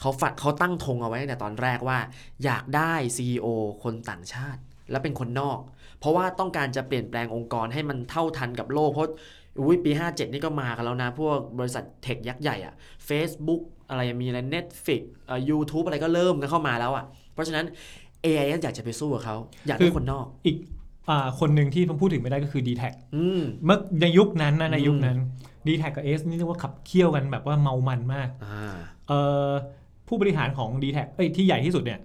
เขาฝัดเขาตั้งธงเอาไว้ตั้งแต่ตอนแรกว่า อยากได้ CEO คนต่างชาติ และเป็นคนนอก เพราะว่าต้องการจะเปลี่ยนแปลงองค์กรให้มันเท่าทันกับโลก เพราะอุ้ยปี 57 นี่ก็มากันแล้วนะ พวกบริษัทเทคยักษ์ใหญ่อะ Facebook อะไรมีอะไร Netflix เอ่อ YouTube อะไรก็เริ่มกันเข้ามาแล้วอะเพราะฉะนั้น AI อยากจะไปสู้กับเขาอยากได้คนนอก อีกอาคนหนึ่งที่ผมพูดถึงไม่ได้ก็คือ d t แท อืม เมื่อในยุคนั้นนะใน อืม ยุคนั้น d t แทกับ AS นี่เรียกว่าขับเคี่ยวกันแบบว่าเมามันมาก อ่า เอ่อผู้บริหารของ d t แทเอ้ยที่ใหญ่ที่สุดเนี่ย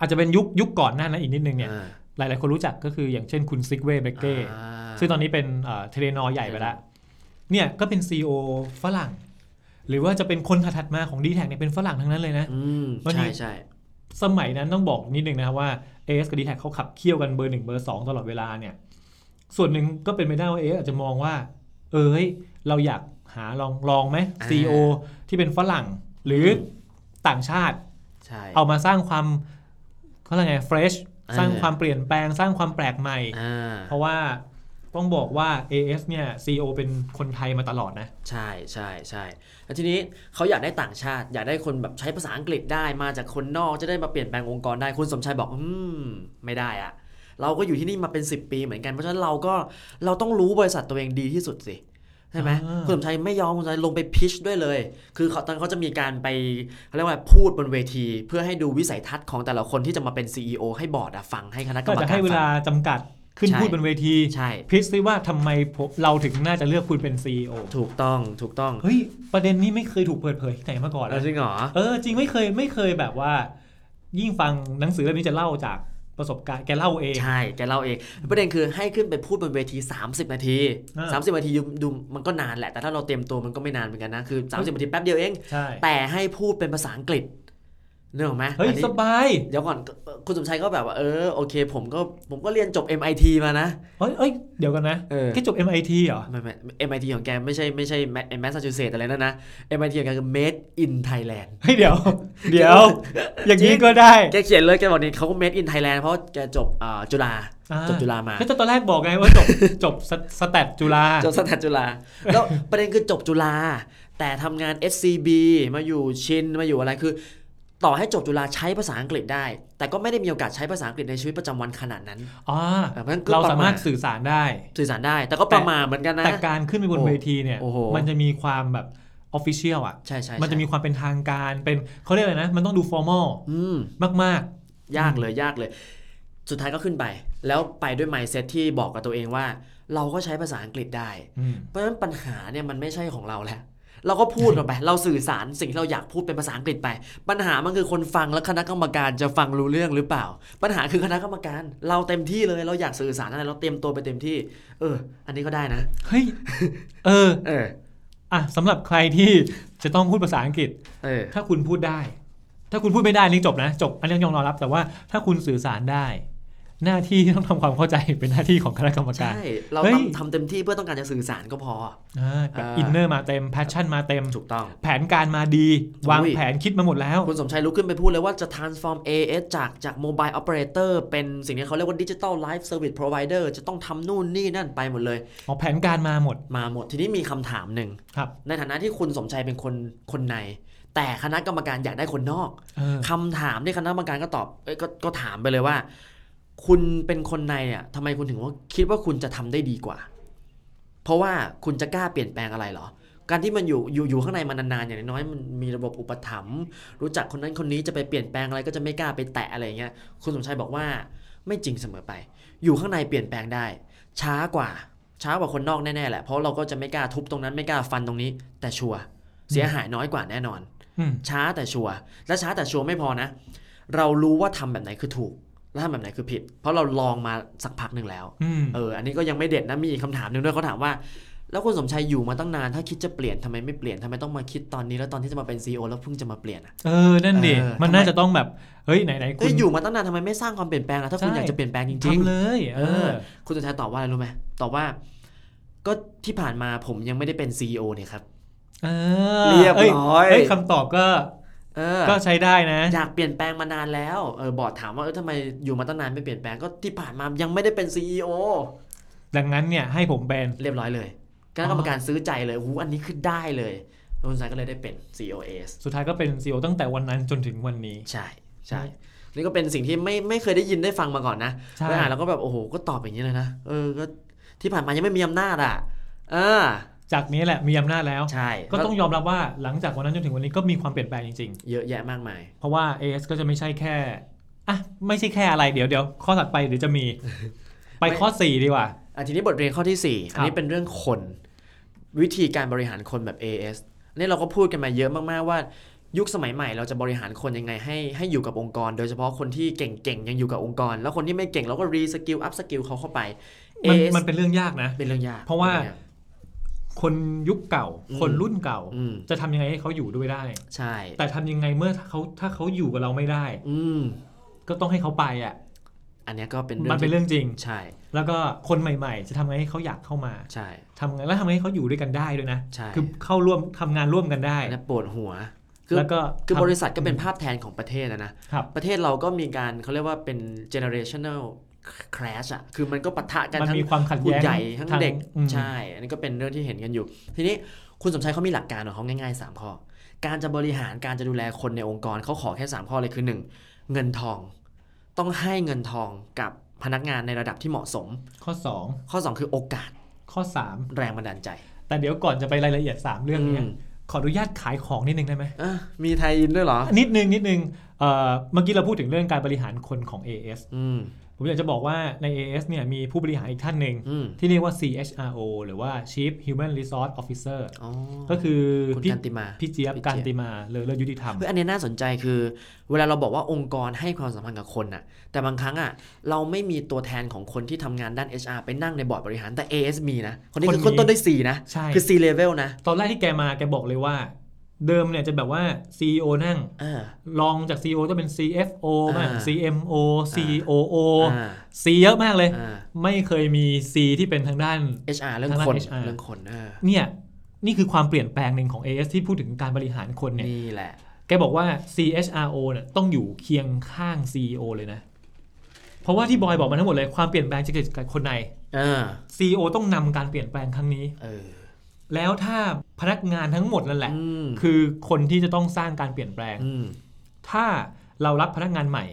อาจจะเป็นยุคยุคก่อนหน้านั้นอีกนิดนึงเนี่ย อ่า หลายๆคนรู้จักก็คืออย่างเช่นคุณซิกเวย์เบเก้ อ่า ซึ่งตอนนี้เป็นเทเรนอใหญ่ไปแล้วเนี่ยก็เป็น CEO ฝรั่ง หรือว่าจะเป็นคนถัดๆมาของ d t แทเนี่ยเป็นฝรั่งทั้งนั้นเลยนะ อืม วันนี้ ใช่ใช่ สมัยนั้นต้องบอกนิดนึงนะครับว่า AS กับ d t แทเขาขับเคี่ยวกันเบอร์หนึ่งเบอร์สองตลอดเวลาเนี่ย ส่วนหนึ่งก็เป็นไปได้ว่า AS อาจจะมองว่า เอ้ยเราอยากหาลองลองไหม CEO ที่เป็นฝรั่ง หรือต่างชาติ ใช่ เอามาสร้างความเขาเรียกไง fresh สร้างความเปลี่ยนแปลงสร้างความแปลกใหม่ อ่า เพราะว่าต้องบอกว่า AS เนี่ย CEO เป็นคนไทยมาตลอดนะ ใช่ใช่ใช่แล้วทีนี้เขาอยากได้ต่างชาติ อยากได้คนแบบใช้ภาษาอังกฤษได้มาจากคนนอกจะได้มาเปลี่ยนแปลงองค์กรได้คุณสมชายบอก อืม ไม่ได้อะ เราก็อยู่ที่นี่มาเป็น 10 ปีเหมือนกัน เพราะฉะนั้นเราก็เราต้องรู้บริษัทตัวเองดีที่สุดสิใช่ไหม อ่า คุณสมชัยไม่ยอมคุณสมชัยลงไปพิชด้วยเลย คือเขาตอนเขาจะมีการไปเขาเรียกว่าพูดบนเวที เพื่อให้ดูวิสัยทัศน์ของแต่ละคนที่จะมาเป็น CEO ให้บอร์ดอะฟังให้คณะกร ก็ รมกาจะร ให้เวลา ฟัง จำกัดขึ้น ใช่ พูดบนเวที ใช่ พิชซิว่าทำไมผมเราถึงน่าจะเลือกคุณเป็น CEO ถูกต้องถูกต้อง เฮ้ย ประเด็นนี้ไม่เคยถูกเปิดเผยที่ไหนมาก่อนเล แล้วจ ย ริงเหรอ เออ จริงไม่เคยไม่เคยแบบว่า ยิ่งฟังหนังสือเล่มนี้จะเล่าจากประสบการณ์แกเล่าเอง ใช่แกเล่าเอง ประเด็นคือให้ขึ้นไปพูดบนเวที 30 นาที อ่า 30 นาทีดูดูมันก็นานแหละ แต่ถ้าเราเตรียมตัวมันก็ไม่นานเหมือนกันนะ คือ 30 นาทีแป๊บเดียวเอง ใช่ แต่ให้พูดเป็นภาษาอังกฤษนึกออกไหม เฮ้ย อันนี้ สบาย เดี๋ยวก่อนเอ่อคุณสมชัยก็แบบว่า เออ โอเค ผมก็ผมก็เรียนจบ MIT มานะ เฮ้ยเอ้ยเดี๋ยวกันนะ เออ แค่จบ MIT เหรอ ไม่ไม่ MIT ของแกไม่ใช่ไม่ใช่แมสซาชูเซตส์อะไรนั่นนะ MIT ของแกคือ Made in Thailand เฮ้ยเดี๋ยว เดี๋ยว อย่างนี้ก็ได้ แกเขียนเลยแกบอกนี่เขาก็ Made in Thailand เพราะแกจบอ่าจุฬา อ่า จบจุฬามา ก็ตอนแรกบอกไงว่าจบ จบสสแตทจุฬา จบสถาจุฬา แล้ว ประเด็นคือจบจุฬาแต่ทำงาน SCB มาอยู่ชินมาอยู่อะไรคือ ต่อให้จบจุฬาใช้ภาษาอังกฤษได้ แต่ก็ไม่ได้มีโอกาสใช้ภาษาอังกฤษในชีวิตประจำวันขนาดนั้น อ๋อ เออเพราะฉะนั้นก็ เรา ประมาณ สามารถสื่อสารได้ สื่อสารได้ แต่ก็ประมาทเหมือนกันนะ แต่การขึ้นไปบน โอ้ เวทีเนี่ย โอ้โห มันจะมีความแบบออฟฟิเชียลอ่ะ ใช่ใช่ มันจะมีความเป็นทางการเป็นเขาเรียกอะไรนะ มันต้องดูฟอร์มอล อืม มาก ยากเลยยากเลย สุดท้ายก็ขึ้นไป แล้วไปด้วยไมเซ็ตที่บอกกับตัวเองว่า เราก็ใช้ภาษาอังกฤษได้ ๆ อืม เพราะฉะนั้นปัญหาเนี่ยมันไม่ใช่ของเราแล้ว เราก็พูดออกไป เราสื่อสารสิ่งที่เราอยากพูดเป็นภาษาอังกฤษไป ปัญหามันคือคนฟังและคณะกรรมการจะฟังรู้เรื่องหรือเปล่า ปัญหาคือคณะกรรมการ เราเต็มที่เลยเราอยากสื่อสารอะไรเราเตรียมตัวไปเต็มที่ เออ อันนี้ก็ได้นะ เฮ้ย เออ เออ อ่ะสำหรับใครที่จะต้องพูดภาษาอังกฤษ เออ ถ้าคุณพูดได้ ถ้าคุณพูดไม่ได้นี่จบนะ จบ อันนี้ยอมรับ แต่ว่าถ้าคุณสื่อสารได้ หน้าที่ที่ต้องทำความเข้าใจเป็นหน้าที่ของคณะกรรมการ ใช่ เรา เฮ้ย ทำทำเต็มที่เพื่อต้องการจะสื่อสารก็พอ อ่าแบบ อ่า อินเนอร์มาเต็มแพชชั่นมาเต็ม ถูกต้อง แผนการมาดี อุ้ย วางแผนคิดมาหมดแล้ว คุณสมชัยลุกขึ้นไปพูดเลยว่าจะ transform AS จากจาก mobile operator เป็นสิ่งที่เขาเรียกว่า digital life service provider จะต้องทำนู่นนี่นั่นไปหมดเลย ออกแผนการมาหมด มาหมดทีนี้มีคำถามหนึ่ง ครับ ในฐานะที่คุณสมชัยเป็นคนคนใน แต่คณะกรรมการอยากได้คนนอก เออ คำถามที่คณะกรรมการก็ตอบเอ้ยกก็ถามไปเลยว่า คุณเป็นคนในอ่ะทำไมคุณถึงว่าคิดว่าคุณจะทำได้ดีกว่า เพราะว่าคุณจะกล้าเปลี่ยนแปลงอะไรเหรอ การที่มันอยู่อยู่อยู่ข้างในมานานๆอย่างน้อยๆมันมีระบบอุปถัมภ์รู้จักคนนั้นคนนี้จะไปเปลี่ยนแปลงอะไรก็จะไม่กล้าไปแตะอะไรอย่างเงี้ยคุณสมชัยบอกว่าไม่จริงเสมอไป อยู่ข้างในเปลี่ยนแปลงได้ ช้ากว่า ช้ากว่าคนนอกแน่ๆแหละ เพราะเราก็จะไม่กล้าทุบตรงนั้นไม่กล้าฟันตรงนี้ แต่ชัวร์เสียหายน้อยกว่าแน่นอน อืม ช้าแต่ชัวร์และช้าแต่ชัวร์ไม่พอนะ เรารู้ว่าทำแบบไหนคือถูก และทำแบบไหนคือผิด เพราะเราลองมาสักพักหนึ่งแล้ว อืม เออ อันนี้ก็ยังไม่เด็ดนะ มีอีกคำถามหนึ่งด้วยเขาถามว่า แล้วคุณสมชัยอยู่มาตั้งนาน ถ้าคิดจะเปลี่ยนทำไมไม่เปลี่ยนทำไมต้องมาคิดตอนนี้ แล้วตอนที่จะมาเป็นซีอแล้วเพิ่งจะมาเปลี่ยนอ่ะ เออ นั่นดิ เออ มัน ทำไม น่าจะต้องแบบ เฮ้ย ไหน ๆ คุ เอ้ย ณ อยู่มาตั้งนานทำไมไม่สร้างความเปลี่ยนแปลงล่ะถ้าคุณ ใช่ อยากจะเปลี่ยนแปลงจริง ทำเลย ๆ เอ เอ อ อ คุณสมชัยตอบว่าอะไรรู้ไหมตอบว่า ก็ที่ผ่านมาผมยังไม่ได้เป็น CEO เนี่ยครับ เออ เรียบร้อย เฮ้ยคำตอบก็ เออ ก็ใช้ได้นะ อยากเปลี่ยนแปลงมานานแล้ว เออ บอร์ดถามว่า เออทำไมอยู่มาตั้งนานไม่เปลี่ยนแปลง ก็ที่ผ่านมายังไม่ได้เป็น CEO ดังนั้นเนี่ย ให้ผมเป็น เรียบร้อยเลยคณะกรรมการซื้อใจเลยหูอันนี้คือได้เลยคุณสายก็เลยได้เป็น COS สุดท้ายก็เป็นซีอตั้งแต่วันนั้นจนถึงวันนี้ ใช่ ใช่ นี่ก็เป็นสิ่งที่ไม่ไม่เคยได้ยินได้ฟังมาก่อนนะ ใช่ ไปอ่านแล้วก็แบบ โอ้โห ก็ตอบอย่างนี้เลยนะ เออ ก็ที่ผ่านมายังไม่มีอำนาจอ่ะ เออ จากนี้แหละ มีอำนาจแล้ว ใช่ ก็ต้องยอมรับว่าหลังจากวันนั้นจนถึงวันนี้ก็มีความเปลี่ยนแปลงจริง เยอะแยะมากมาย ๆ เพราะว่า AS ก็จะไม่ใช่แค่ อ่ะ ไม่ใช่แค่อะไร เดี๋ยวเดี๋ยวข้อถัดไปเดี๋ยวจะมี ไปข้อสี่ดีกว่า อะทีนี้บทเรียนข้อที่ 4 อันนี้เป็นเรื่องคน วิธีการบริหารคนแบบ AS อันนี้เราก็พูดกันมาเยอะมากๆว่า ยุคสมัยใหม่เราจะบริหารคนยังไงให้ให้อยู่กับองค์กร โดยเฉพาะคนที่เก่งๆ ยังอยู่กับองค์กร แล้วคนที่ไม่เก่งเราก็รีสกิลอัพสกิลเขาเข้าไป มัน AS มันเป็นเรื่องยากนะ เป็นเรื่องยาก เพราะว่า ป็นองยก คนยุคเก่า อืม คนรุ่นเก่า อืม จะทำยังไงให้เขาอยู่ด้วยได้ ใช่ แต่ทำยังไงเมื่อเขาถ้าเขาอยู่กับเราไม่ได้ อืม ก็ต้องให้เขาไปอ่ะ อันเนี้ยก็เป็น มันเป็นเรื่องจริง ใช่ แล้วก็คนใหม่ ๆ จะทำไงให้เขาอยากเข้ามา ใช่ ทำไงแล้วทำไงให้เขาอยู่ด้วยกันได้ด้วยนะ ใช่ คือเข้าร่วมทำงานร่วมกันได้ อันเนี้ยปวดหัว คือ แล้วก็ คือบริษัทก็เป็น อืม ภาพแทนของประเทศนะนะ ครับ ประเทศเราก็มีการเขาเรียกว่าเป็น generational crash อะคือมันก็ปะทะกัน มัน ทั้ง มีความขัด ผู้ แย้ง ใหญ่ทั้งเด็ก อืม ใช่ อันนี้ก็เป็นเรื่องที่เห็นกันอยู่ ทีนี้คุณสมชัยเขามีหลักการของเขาง่ายๆ 3 ข้อ การจะบริหารการจะดูแลคนในองค์กรเขาขอแค่ 3 ข้อเลยคือ 1 เงินทอง ต้องให้เงินทองกับ พนักงานในระดับที่เหมาะสม ข้อสอง ข้อ 2 คือโอกาส ข้อสาม แรงบันดาลใจ แต่เดี๋ยวก่อนจะไปรายละเอียดสามเรื่องเนี้ย ม ขออนุญาตขายของนิดนึงได้ไหม อ่ะมีไทยอินด้วยเหรอ นิดนึงนิดนึงเอ่อเมื่อกี้เราพูดถึงเรื่องการบริหารคนของ AS อืม ผมอยากจะบอกว่าใน AS เนี่ยมีผู้บริหารอีกท่านหนึ่ง อืม ที่เรียกว่า CHRO หรือว่า Chief Human Resource Officer อ๋อ ก็คือ คุณ พี่ กันติมา พี่เจี๊ยบ พี่เจี๊ยบ การติมาเลอเลิศยุติธรรม เพื่ออันเนี้ยน่าสนใจคือ เวลาเราบอกว่าองค์กรให้ความสำคัญกับคนน่ะ แต่บางครั้งอ่ะเราไม่มีตัวแทนของคนที่ทำงานด้าน HR ไปนั่งในบอร์ดบริหารแต่ AS มีนะ คนนี้คือ คนคนี้นต้นได้ 4 นะ ใช่ คือ C level นะ ตอนแรกที่แกมาแกบอกเลยว่า เดิมเนี่ยจะแบบว่า CEO นั่ง เออ รองจาก CEO จะเป็น CFO บ้าง อ่า CMO COO อ่า C เยอะมากเลย อ่า ไม่เคยมี C ที่เป็นทางด้าน HR เรื่อง ทางด้าน คน HR เรื่องคนเออ เนี่ยนี่คือความเปลี่ยนแปลงหนึ่งของ AS ที่พูดถึงการบริหารคนเนี่ย นี่แหละ แกบอกว่า CHRO เนี่ยต้องอยู่เคียงข้าง CEO เลยนะ เพราะว่าที่บอยบอกมาทั้งหมดเลยความเปลี่ยนแปลงจะเกิดจากคนใน เออ CEO ต้องนำการเปลี่ยนแปลงครั้งนี้ เออ แล้วถ้าพนักงานทั้งหมดนั่นแหละ อืม คือคนที่จะต้องสร้างการเปลี่ยนแปลง อืม ถ้าเรารับพนักงานใหม่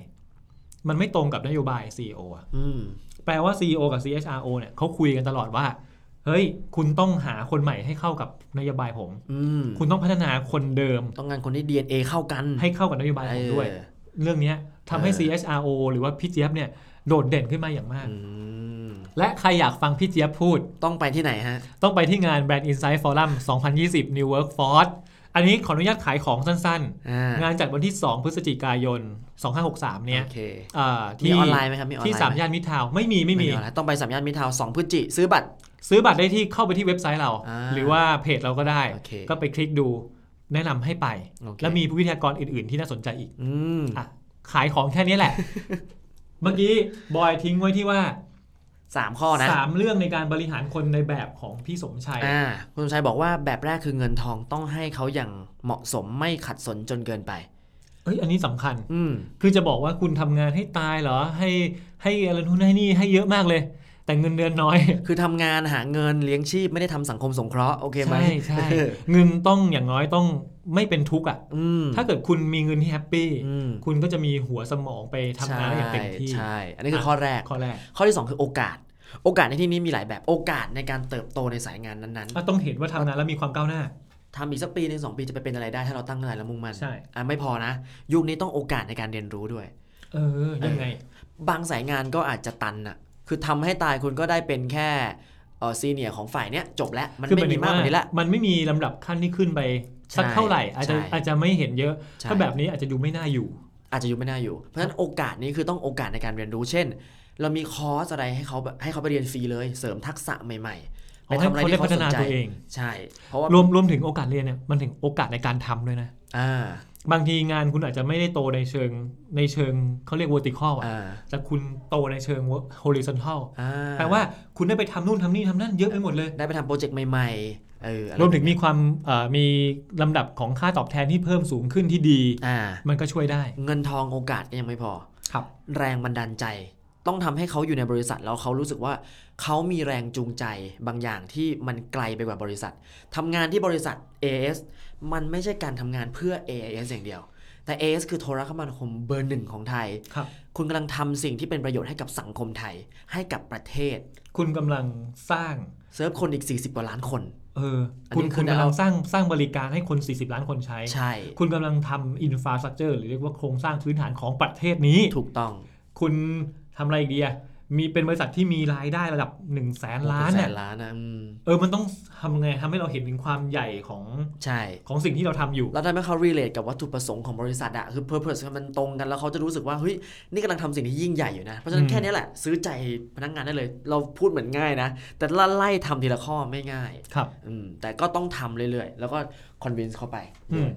มันไม่ตรงกับนโยบาย CEO อะ อืม แปลว่า CEO กับ CHRO เนี่ยเขาคุยกันตลอดว่า เฮ้ย คุณต้องหาคนใหม่ให้เข้ากับนโยบายผม อืม คุณต้องพัฒนาคนเดิม ต้องงานคนที่ DNA เข้ากัน ให้เข้ากับนโยบายผมด้วย เออ เรื่องเนี้ยทำให้ เออ CHRO หรือว่าพี่เจี๊ยบเนี่ยโดดเด่นขึ้นมาอย่างมาก อืม และใครอยากฟังพี่เจี๊ยบพูด ต้องไปที่ไหนฮะ ต้องไปที่งาน Brand Insight Forum 2020 New Workforce อันนี้ขออนุญาตขายของสั้น อ่า ๆ งานจัดวันที่ 2 พฤศจิกายน 2563 เนี่ย โอเค เอ่อ มี ที่ ออนไลน์ไหมครับมีออนไลน์ ที่ ไห สามย่านมิตรทาวน์ไม่มีไม่มี ออนไลน์ต้องไปสามย่านมิตรทาวน์สองพฤศจิซื้อบัตร ซื้อบัตรได้ที่เข้าไปที่เว็บไซต์เรา อ่า หรือว่าเพจเราก็ได้ โอเค ก็ไปคลิกดูแนะนำให้ไป โอเค แล้วมีวิทยากรอื่นๆ ที่น่าสนใจอีก อืม อ่ะขายของแค่ นี้แหละ เมื่อกี้บอยทิ้งไว้ที่ว่า สามข้อนะ สามเรื่องในการบริหารคนในแบบของพี่สมชัย อ่าคุณสมชัยบอกว่าแบบแรกคือเงินทองต้องให้เขาอย่างเหมาะสมไม่ขัดสนจนเกินไป เอ้ย อันนี้สำคัญ อืม คือจะบอกว่าคุณทำงานให้ตายเหรอ ให้ให้อะไรนู่นให้นี่ให้เยอะมากเลย แต่เงินเดือนน้อย คือทำงานหาเงินเลี้ยงชีพไม่ได้ทำสังคมสงเคราะห์โอเคไหม ใช่ใช่ เออ เงินต้องอย่างน้อยต้องไม่เป็นทุกข์อ่ะ อืม ถ้าเกิดคุณมีเงินที่แฮปปี้ อืม คุณก็จะมีหัวสมองไปทำงานได้อย่างเต็มที่ ใช่ใช่อันนี้คือข้อแรก ข้อแรก ข้อที่สองคือโอกาส โอกาสในที่นี้มีหลายแบบโอกาสในการเติบโตในสายงานนั้น อ่ะต้องเห็นว่าทำงานแล้วมีความก้าวหน้า ๆทำอีกสักปีหนึ่งสองปีจะไปเป็นอะไรได้ถ้าเราตั้งใจและมุ่งมั่น ใช่ อ่ะไม่พอนะ ยุคนี้ต้องโอกาสในการเรียนรู้ด้วย เออ ยังไง บางสายงานก็อาจจะตันน่ะ คือทำให้ตายคุณก็ได้เป็นแค่เออซีเนียของฝ่ายเนี้ยจบแล้ว มัน คือห ไม่ ย มี ถึง มากกว่านี้ละ มันไม่มีลำดับขั้นที่ขึ้นไปสัก ใช่ เท่าไหร่ อาจจะ ใช่ อาจจะไม่เห็นเยอะ ใช่ ถ้าแบบนี้อาจจะดูไม่น่าอยู่ อาจจะอยู่ไม่น่าอยู่ เพราะฉะนั้นโอกาสนี้คือต้องโอกาสในการเรียนรู้ เช่น เรามีคอร์สอะไรให้เขาแบบให้เขาไปเรียนฟรีเลย เสริมทักษะใหม่ๆ ไปทำอะไร ให้ ที่ เขา เขาสได้พัฒน นา ใจ ตัวเอง ใช่ เพราะว่าร วมรวมถึงโอกาสเรียนเนี่ยมันถึงโอกาสในการทำด้วยนะ อ่า บางทีงานคุณอาจจะไม่ได้โตในเชิงในเชิงเขาเรียก vertical อ่ะ อ่า แต่คุณโตในเชิง horizontal อ่า แปลว่าคุณได้ไปทำนู่นทำนี่ทำนั่นเยอะไปหมดเลย ได้ไปทำโปรเจกต์ใหม่ๆเอออะไ รวมถึงมีความเอ่อมีลำดับของค่าตอบแทนที่เพิ่มสูงขึ้นที่ดี อ่า มันก็ช่วยได้ เงินทองโอกาสก็ยังไม่พอ ครับ แรงบันดาลใจ ต้องทำให้เขาอยู่ในบริษัทแล้วเขารู้สึกว่าเขามีแรงจูงใจบางอย่างที่มันไกลไปกว่าบริษัททำงานที่บริษัท AS มันไม่ใช่การทำงานเพื่อ AS อย่างเดียว แต่ AS คือโทรคมนาคมเบอร์หนึ่งของไทย ครับ คุณกำลังทำสิ่งที่เป็นประโยชน์ให้กับสังคมไทย ให้กับประเทศ คุณกำลังสร้าง เซิร์ฟคนอีก 40กว่าล้านคน เอออน คุณ นี้คื คุ อ ณ แนว กำลังสร้างสร้างบริการให้คน 40 ล้านคนใช้ ใช่ คุณกำลังทำอินฟราสตรักเจอร์หรือเรียกว่าโครงสร้างพื้นฐานของประเทศนี้ ถูกต้อง คุณทำอะไรอีกดีอะมีเป็นบริษัทที่มีรายได้ระดับ1นึ่งแสนล้าน เป็แส เนี่ย นล้านนะอืม เออมันต้องทำไงทำให้เราเห็นถึงความใหญ่ของ ใช่ ของสิ่งที่เราทำอยู่ แล้วทำให้เขา relate กับวัตถุประสงค์ของบริษัทอะคือ purpose มันตรงกันแล้วเขาจะรู้สึกว่าเฮ้ยนี่กำลังทำสิ่งที่ยิ่งใหญ่อยู่นะ เพราะฉะนั้ อื น ม แค่นี้แหละ ซื้อใจพนักงานได้เลย เราพูดเหมือนง่ายนะ แต่ละไล่ทำทีละข้อไม่ง่าย ครับ อืมแต่ก็ต้องทำเรื่อยๆ แล้วก็ convince เข้าไป อืม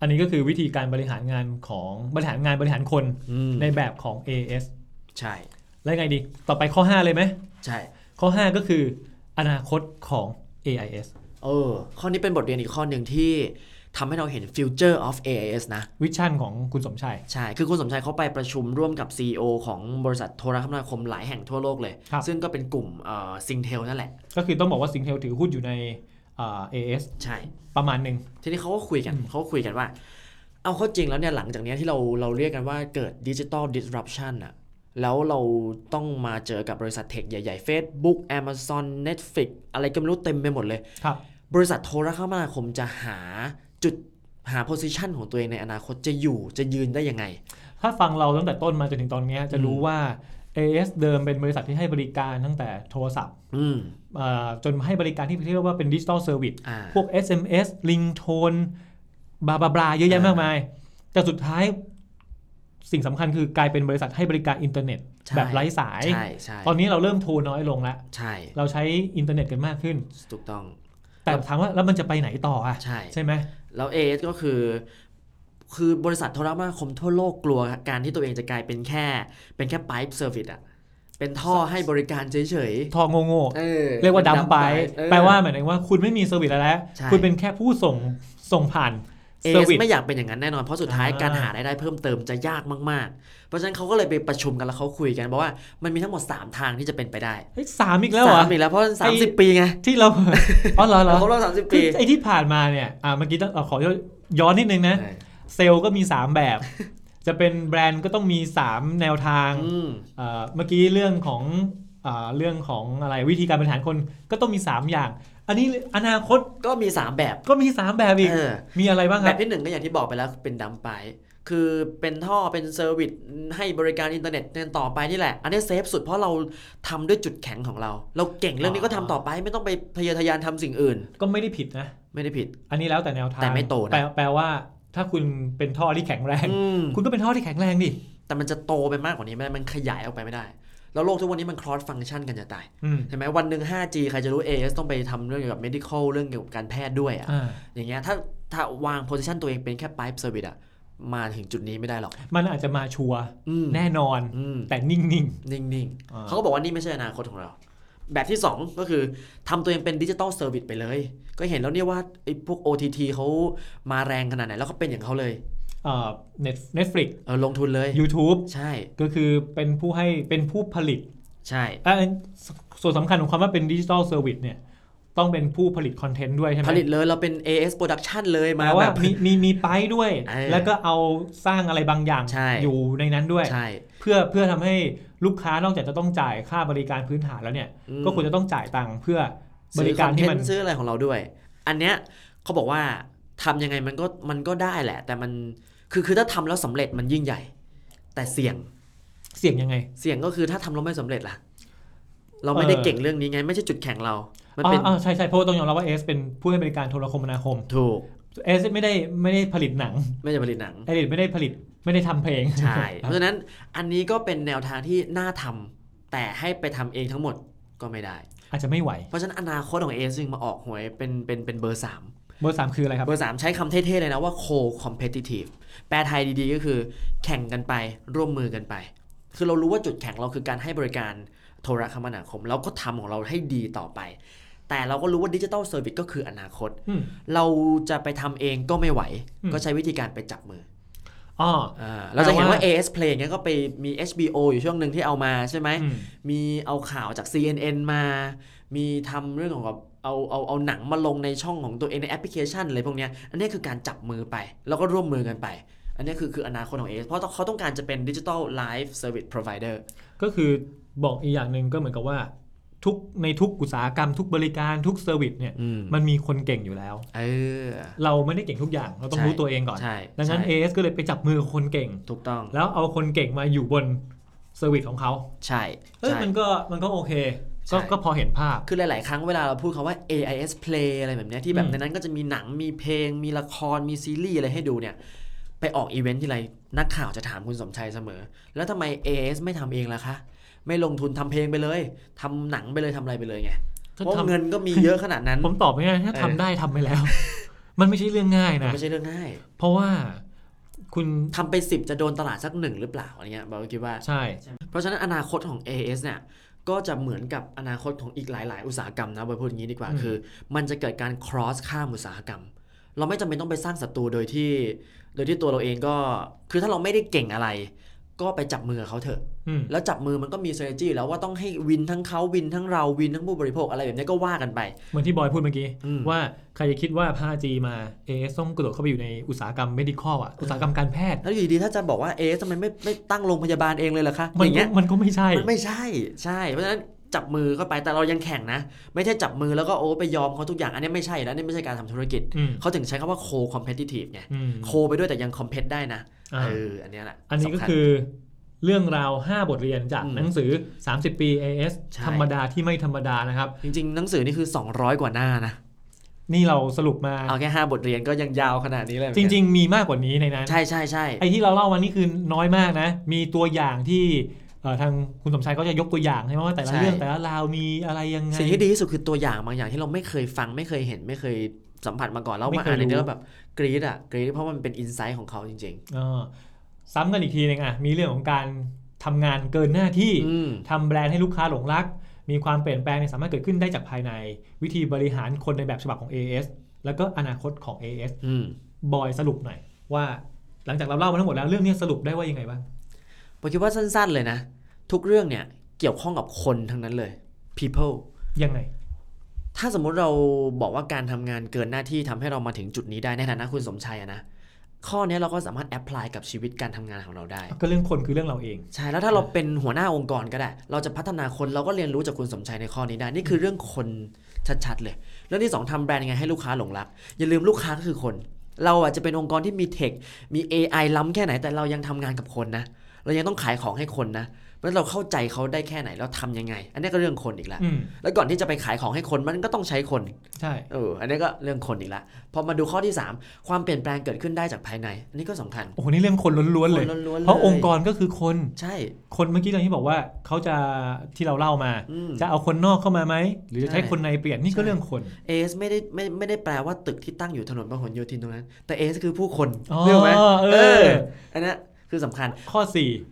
อันนี้ก็คือวิธีการบริหารงานของบริหารงานบริหารคน อืม ในแบบของ AS ใช่ แล้วไงดี ต่อไปข้อ 5 เลยไหม ใช่ ข้อ 5 ก็คือ อนาคตของ AIS เออข้อนี้เป็นบทเรียนอีกข้อหนึ่งที่ทำให้เราเห็น future of AIS นะ วิชั่นของคุณสมชัย ใช่ คือคุณสมชายเขาไปประชุมร่วมกับ CEO ของบริษัทโทรคมนาคมหลายแห่งทั่วโลกเลย ครับ ซึ่งก็เป็นกลุ่มเอ่อซิงเทลนั่นแหละ ก็คือต้องบอกว่าสิงเทลถือหุ้นอยู่ในเอ่อ AS ใช่ ประมาณหนึ่ง ทีนี้เขาก็คุยกันเขาก็คุยกันว่า เอาเข้าจริงแล้วเนี่ยหลังจากเนี้ยที่เราเราเรียกกันว่าเกิดดิจิ t a ล disruption อะ แล้วเราต้องมาเจอกับบริษัทเทคใหญ่ๆ Facebook Amazon Netflix อะไรก็ไม่รู้เต็มไปหมดเลย ครับ บริษัทโทรคมนาคมจะหาจุดหา position ของตัวเองในอนาคตจะอยู่จะยืนได้ยังไง ถ้าฟังเราตั้งแต่ต้นมาจนถึงตอนเนี้ยจะรู้ว่า AS เดิมเป็นบริษัทที่ให้บริการตั้งแต่โทรศัพท์ อืม เอ่อจนให้บริการที่เรียกว่าเป็นดิจิทัลเซอร์วิส อ่า พวก SMS ลิงโทนบาบาบลาเยอะแยะ อ่าม มากมาย แต่สุดท้ายสิ่งสำคัญคือกลายเป็นบริษัทให้บริการอินเทอร์เน็ต ใช่ แบบไร้สาย ใช่ใช่ ตอนนี้เราเริ่มโทรน้อยลงละ ใช่ เราใช้อินเทอร์เน็ตกันมากขึ้น ถูกต้อง แต่ถามว่าแล้วมันจะไปไหนต่ออ่ะ ใช่ ใช่ไหม แล้ว AS ก็คือ คือบริษัทโทรคมนาคมทั่วโลกกลัวการที่ตัวเองจะกลายเป็นแค่ เป็นแค่ pipe service อะเป็นท่อให้บริการเฉย ทองโง่ๆ ๆออ เรียกว่าดัมไป เออ แปลว่าหมายถึงว่าคุณไม่มีเซอร์วิสแล้วแหละ ใช่ คุณเป็นแค่ผู้ส่งส่งผ่าน เอ เซอร์ ส วิส ไม่อยากเป็นอย่างนั้นแน่นอน เพราะสุดท้าย อ่า การหารายได้เพิ่มเติมจะยากมากๆ เพราะฉะนั้นเขาก็เลยไปประชุมกันแล้วเขาคุยกันบอกว่ามันมีทั้งหมด 3 ทางที่จะเป็นไปได้ เฮ้ยสามอีกแล้วเหรอ สามอีกแล้วเพราะสามสิบ ไอ้ ปีไง ที่เรา อ๋อเหรอเหรอ เราครบรอบสามสิบ คือ ปี ไอ้ที่ผ่านมาเนี่ยอ่าเมื่อกี้ต้องเราขอย้อนนิดนึงนะ ใช่ เซลล์ก็มี 3 แบบ จะเป็นแบรนด์ก็ต้องมี 3 แนวทาง อืม เอ่อเมื่อกี้เรื่องของอ่าเรื่องของอะไรวิธีการบริหารคนก็ต้องมี 3 อย่าง อันนี้อนาคต ก็มี 3 แบบ ก็มี 3 แบบอีก เออ มีอะไรบ้างค แบ รับบ ที่หนึ่งก็อย่างที่บอกไปแล้วเป็นดัมไปคือเป็นท่อเป็นเซอร์วิสให้บริการอินเทอร์เน็ตเนี่ยต่อไปนี่แหละ อันนี้เซฟสุดเพราะเราทำด้วยจุดแข็งของเรา เราเก่งเรื่องนี้ก็ทำต่อไปไม่ต้องไปพยาทะยานทำสิ่งอื่น ก็ไม่ได้ผิดนะ ไม่ได้ผิด อันนี้แล้วแต่แนวทาง แต่ไม่โตนะ แปลแปลว่าถ้าคุณเป็นท่อที่แข็งแรง อืม คุณก็เป็นท่อที่แข็งแรงดิ แต่มันจะโตไปมากกว่านี้ไม่ได้มันขยายออกไปไม่ได้ แล้วโลกทุกวันนี้มัน cross function กันจะตาย อืม ใช่ไหมวันหนึ่ง 5G ใครจะรู้ AS ต้องไปทำเรื่องเกี่ยวกับ medical เรื่องเกี่ยวกับการแพทย์ด้วยอะ อ่า อย่างเงี้ยถ้าถ้าวาง position ตัวเองเป็นแค่ pipe service อะมาถึงจุดนี้ไม่ได้หรอก มันอาจจะมาชัวร์ อืม แน่นอน อืม แต่นิ่ง นิ่ง อ่า ๆ เขาก็บอกว่านี่ไม่ใช่อนาคตของเรา แบบที่ 2 ก็คือทำตัวเองเป็นดิจิตอลเซอร์วิสไปเลย ก็เห็นแล้วเนี่ยว่าไอ้พวก OTT เขามาแรงขนาดไหน แล้วเขาเป็นอย่างเขาเลย ๆเอ่อ Net- Netflix เออลงทุนเลย YouTube ใช่ ก็คือเป็นผู้ให้เป็นผู้ผลิต ใช่ เอ่อส่วนสำคัญของคำว่าเป็นดิจิทัลเซอร์วิสเนี่ย ต้องเป็นผู้ผลิตคอนเทนต์ด้วยใช่ไหม ผลิตเลยเราเป็น AS Production เลย แป มา ลว่า แบบ มีมีมีไปด้วย เออ แล้วก็เอาสร้างอะไรบางอย่าง ใช่ อยู่ในนั้นด้วย ใช่ เพื่อเพื่อทำให้ลูกค้านอกจากจะต้องจ่ายค่าบริการพื้นฐานแล้วเนี่ย อืม ก็ควรจะต้องจ่ายตังค์เพื่อบริการ ซื้อคอนเท ที่ น มัน ต์ซื้ออะไรของเราด้วย อันเนี้ยเขาบอกว่าทำยังไงมันก็มันก็ได้แหละ แต่มันคือคือถ้าทำแล้วสำเร็จมันยิ่งใหญ่ แต่เสี่ยง เสี่ยงยังไง เสี่ยงก็คือถ้าทำแล้วไม่สำเร็จล่ะ เราไม่ได้ เออ เก่งเรื่องนี้ไง ไม่ใช่จุดแข็งเรา มัน อ๋ เป็น ออ๋อใช่ใช่เพราะว่าต้องยอมรับว่าเอสเป็นผู้ให้บริการโทรคมนาคม ถูก เอสไม่ได้ไม่ได้ผลิตหนัง ไม่จะผลิตหนัง เอสไม่ได้ผลิตไม่ได้ทำเพลง ใช่ เพราะฉะนั้นอันนี้ก็เป็นแนวทางที่น่าทำแต่ให้ไปทำเองทั้งหมดก็ไม่ได้ อาจจะไม่ไหว เพราะฉะนั้นอนาคตของเอซึ่งมาออกหวยเป็นเป็นเป็นเบอร์ 3 เบอร์สามคืออะไรครับ เบอร์ 3 ใช้คำเท่ๆเลยนะว่า co competitive แปลไทยดีๆก็คือแข่งกันไปร่วมมือกันไป คือเรารู้ว่าจุดแข็งเราคือการให้บริการโทรคมนาคม แล้วก็ทำของเราให้ดีต่อไป แต่เราก็รู้ว่าดิจิทัลเซอร์วิสก็คืออนาคต อืม เราจะไปทำเองก็ไม่ไหว อืม ก็ใช้วิธีการไปจับมือ อ๋อ อ่าเราจะเห็นว่า แต่ว่า AS Play เนี่ยก็ไปมี HBO อยู่ช่วงหนึ่งที่เอามาใช่ไหม อืม มีเอาข่าวจาก CNN มา มีทำเรื่องของกับเอาเอาเอาหนังมาลงในช่องของตัวเองในแอปพลิเคชันอะไรพวกเนี้ย อันนี้คือการจับมือไป แล้วก็ร่วมมือกันไป อันนี้คือคืออนาคตของ AS เพราะเขาต้องการจะเป็นดิจิ t a ลไลฟ์เซอร์วิสพรอ i d เดอร์ ก็คือบอกอีกอย่างหนึ่งก็เหมือนกับว่าทุกในทุกอุตสาหกรรมทุกบริการทุกเซอร์วิสเนี่ย มันมีคนเก่งอยู่แล้ว เออ เราไม่ได้เก่งทุกอย่างเราต้อง ใช่ รู้ตัวเองก่อน ใช่ ดังนั้น ใช่ AS ก็เลยไปจับมือกับคนเก่ง ถูกต้อง แล้วเอาคนเก่งมาอยู่บนเซอร์วิสของเขา ใช่ เอ้ย ใช่ มันก็มันก็โอเคก็ ใช่ ก็พอเห็นภาพ คือหลาย ๆ ครั้งเวลาเราพูดคำว่า AIS Play อะไรแบบเนี้ยที่แบ อื บ ม ในนั้นก็จะมีหนังมีเพลง มีละครมีซีรีส์อะไรให้ดูเนี่ย ไปออกอีเวนท์ที่ไรนักข่าวจะถามคุณสมชัยเสมอ แล้วทำไม AIS ไม่ทำเองล่ะคะ ไม่ลงทุนทำเพลงไปเลยทำหนังไปเลยทำอะไรไปเลยไงเพ ก็ ราะ ทำ เงินก็มีเยอะขนาดนั้น ผมตอบไม่ได้ถ้า เออ ทำได้ทำไปแล้ว มันไม่ใช่เรื่องง่ายนะ ไม่ใช่เรื่องง่าย เพราะว่าคุณ ทำไป 10 จะโดนตลาดสักหนึ่งหรือเปล่าอะไรเงี้ยเราคิดว่า ใช่ เพราะฉะนั้นอนาคตของ AS เนี่ยก็จะเหมือนกับอนาคตของอีกหลาย ๆ อุตสาหกรรมนะไปพูดอย่างนี้ดีกว่าคือ มันจะเกิดการ cross ข้ามอุตสาหกรรม เราไม่จำเป็นต้องไปสร้างศัตรูโดยที่ โดยที่ตัวเราเองก็คือถ้าเราไม่ได้เก่งอะไร ก็ไปจับมือกับเขาเถอะ อืม แล้วจับมือมันก็มี strategy แล้วว่าต้องให้วินทั้งเขาวินทั้งเราวินทั้งผู้บริโภคอะไรแบบนี้ก็ว่ากันไป เหมือนที่บอยพูดเมื่อกี้ อืม ว่าใครจะคิดว่า 5G มา AS ต้องกระโดดเข้าไปอยู่ในอุตสาหกรรม medical อ่ะ อุตสาหกรรมการแพทย์ แล้วอยู่ดีๆถ้าจะบอกว่าเอ๊ะทำไมไม่ไม่ตั้งโรงพยาบาลเองเลยล่ะคะอมัน ย่าง ก็ เงี้ย มันก็ไม่ใช่ มันไม่ใช่ใช่ เพราะฉะนั้นจับมือเข้าไปแต่เรายังแข่งนะ ไม่ใช่จับมือแล้วก็โอ้ไปยอมเขาทุกอย่างอันนี้ไม่ใช่แล้วนี่ไม่ใช่การทำธุรกิจ อืม เขาถึงใช้คำว่า co competitive ไง อืม โคไปด้วยแต่ยังคอมเพตได้นะ อ่า เอออันเนี้ยแหละ อันนี้ก็ สำญ คือเรื่องราว 5 บทเรียนจาก อืม หนังสือ 30 ปี AS ใช่ ธรรมดาที่ไม่ธรรมดานะครับ จริงๆ หนังสือนี่คือ 200 กว่าหน้านะ นี่เราสรุปมา เอาแค่ 5 บทเรียนก็ยังยาวขนาดนี้เลย จริง ๆ มีมากกว่านี้ในนั้น ๆใช่ใช่ใช่ ไอ้ที่เราเล่ามานี่คือน้อยมากนะ มีตัวอย่างที่เอ่อทางคุณสมชายก็จะยกตัวอย่างใช่ไหมว่าแต่ละเรื่องแต่ละราวมีอะไรยังไง สิ่งที่ดีที่สุดคือตัวอย่างบางอย่างที่เราไม่เคยฟังไม่เคยเห็นไม่เคยสัมผัสมาก่อนแล้ว ไม่ มา เคย อ่านใน รู้ เรื่องแบบกรี๊ดอ่ะกรี๊ดเพราะมันเป็นอินไซต์ของเขาจริง เออซ้ำกันอีกทีหนึงอ่ะ มีเรื่องของการทำงานเกินหน้าที่ ๆ อืม ทำแบรนด์ให้ลูกค้าหลงรัก มีความเปลี่ยนแปลงเนี่ยสามารถเกิดขึ้นได้จากภายใน วิธีบริหารคนในแบบฉบับของ AS แล้วก็อนาคตของ AS อืม บอยสรุปหน่อยว่าหลังจากเราเล่ามาทั้งหมดแล้วเรื่องเนี้ยสรุปได้ว่ายังไงบ้าง ผมคิดว่าสั้นๆเลยนะ ทุกเรื่องเนี่ยเกี่ยวข้องกับคนทั้งนั้นเลย people ยังไง ถ้าสมมุติเราบอกว่าการทำงานเกินหน้าที่ทำให้เรามาถึงจุดนี้ได้ในฐานะคุณสมชัยอะนะข้อเนี้ยเราก็สามารถแอพพลายกับชีวิตการทำงานของเราได้ ก็เรื่องคนคือเรื่องเราเอง ใช่แล้วถ้าเราเป็นหัวหน้าองค์กรก็ได้ เราจะพัฒนาคนเราก็เรียนรู้จากคุณสมชัยในข้อนี้ได้ นี่คือเรื่องคนชัดๆเลย เรื่องที่สองทำแบรนด์ยังไงให้ลูกค้าหลงรัก อย่าลืมลูกค้าก็คือคน เราอาจจะเป็นองค์กรที่มีเทค มี AI ล้ำแค่ไหนแต่เรายังทำงานกับคนนะ เรายังต้องขายของให้คนนะเพราะฉะนั้นเราเข้าใจเขาได้แค่ไหนเราทำยังไง อันนี้ก็เรื่องคนอีกละ อืม แล้วก่อนที่จะไปขายของให้คนมันก็ต้องใช้คน ใช่ เออ อันนี้ก็เรื่องคนอีกละพอมาดูข้อที่สามความเปลี่ยนแปลงเกิดขึ้นได้จากภายใน อันนี้ก็สำคัญ โอ้โหนี่เรื่องคนล้วนๆเลย คนล้วนๆ เพราะ ลย องค์กรก็คือคน ใช่ คนเมื่อกี้ตอนที่บอกว่าเขาจะที่เราเล่ามา อืม จะเอาคนนอกเข้ามาไหม หรือจะใช้ ใช่ คนในเปลี่ยนนี่ก็เรื่องคน เอสไม่ได้ไม่ไม่ได้แปลว่าตึกที่ตั้งอยู่ถนนพหลโยธินตรงนั้น แต่เอสคือผู้คน อ๋อ เรื่องไหม เออ อันนี้คือสำคัญ ข้อ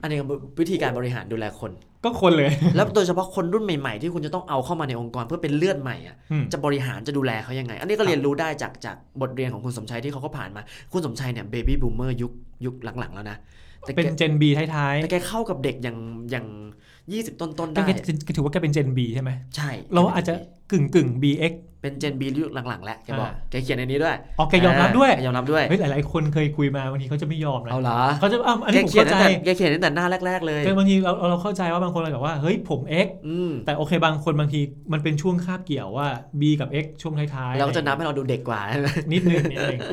อันนี้คือวิธีการบริหารดูแลคน 4 ก็คนเลย แล้วโดยเฉพาะคนรุ่นใหม่ๆ ที่คุณจะต้องเอาเข้ามาในองค์กรเพื่อเป็นเลือดใหม่อะ อืม จะบริหารจะดูแลเขายังไง อันนี้ก็เรียนรู้ได้จากจากบทเรียนของคุณสมชัยที่เขาก็ผ่านมา คุณสมชัยเนี่ยเบบี้บูมเมอร์ยุคยุคหลังๆ แล้วนะแต่แก เป็น Gen B ท้าย แต่แกเข้ากับเด็กอย่างอย่างยี่สิบต้นๆ ๆก็ ได้ แกแกถือว่าแกเป็น Gen B ใช่ไหม ใช่ เราอาจจะกึ่งกึ่งๆ BX เป็นเจนบียุคหลังๆ แล้วแกบอก อ่า แกเขียนในนี้ด้วย อ๋อแกยอมรับด้วย แกยอมรับด้วย เฮ้ย หลายๆ คนเคยคุยมาบางทีเขาจะไม่ยอมนะ เอาเหรอ เขาจะอ้าวอัน แก นี้ผม เขียน เข้า ตั้ ใจ งแต่แกเขียนตั้งแต่หน้าแรก ๆ เลย แต่บางทีเราเราเข้าใจว่าบางคนเราแบบว่าเฮ้ยผม X อืม แต่โอเคบางคนบางทีมันเป็นช่วงคาบเกี่ยวว่า B กับ X ช่วงท้ายๆ เราก็จะนับให้เราดูเด็กกว่าใช่ไหม นิดนึงนิดนึง เอ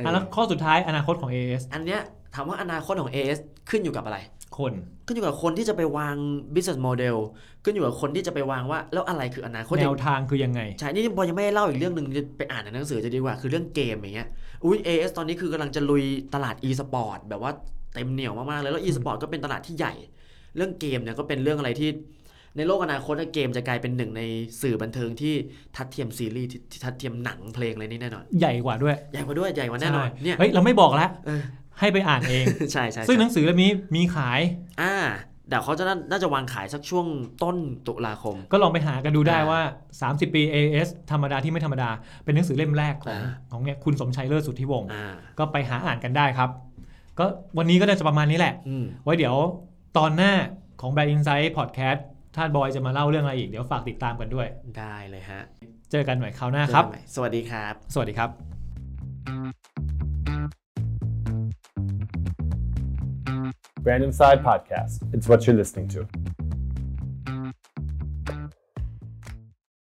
อ อ่ะแล้วข้อสุดท้ายอนาคตของ AS อันเนี้ยถามว่าอนาคตของ AS ขึ้นอยู่กับอะไร คน ขึ้นอยู่กับคนที่จะไปวาง business model ขึ้นอยู่กับคนที่จะไปวางว่า แล้วอะไรคืออนาคต แนวทางคือยังไง ใช่นี่บอยยังไม่ได้เล่าอีกเรื่องหนึ่งจะไปอ่านในหนังสือจะดีกว่า คือเรื่องเกมอย่างเงี้ยอุ้ย AS ตอนนี้คือกำลังจะลุยตลาด e-sport แบบว่าเต็มเหนียวมากๆเลยแล้ว e-sport ก็เป็นตลาดที่ใหญ่ เรื่องเกมเนี่ยก็เป็นเรื่องอะไรที่ ในโลกอนาคตเกมจะกลายเป็นหนึ่งในสื่อบันเทิงที่ทัดเทียมซีรีส์ที่ที่ทัดเทียมหนังเพลงอะไรนี่แน่นอน ใหญ่กว่าด้วย ใหญ่กว่าด้วยใหญ่กว่าแน่นอน ใช่ เนี่ย เฮ้ย เราไม่บอกละ เออ ให้ไปอ่านเอง ใช่ใช่ ซึ่งห ใช่ นังสือเล่มนี้มีขาย อ่าเดี๋ยวเขาจะน่าน่าจะวางขายสักช่วงต้นตุลาคม ก็ลองไปหากันดูได้ อ่า ว่า 30 ปี AS ธรรมดาที่ไม่ธรรมดา เป็นหนังสือเล่มแรกของ อ่า ของเนี่ยคุณสมชัยเลิศสุทธิวงศ์ อ่า ก็ไปหาอ่านกันได้ครับ ก็วันนี้ก็น่าจะประมาณนี้แหละ อืม ไว้เดี๋ยวตอนหน้าของ b a d Insight Podcast ท่านบอยจะมาเล่าเรื่องอะไรอีก เดี๋ยวฝากติดตามกันด้วย ได้เลยฮะ เจอกันใหม่คราวหน้าครับ เจอกันใหม่สวัสดีครับ สวัสดีครับ Brand Inside Podcast. It's what you're listening to.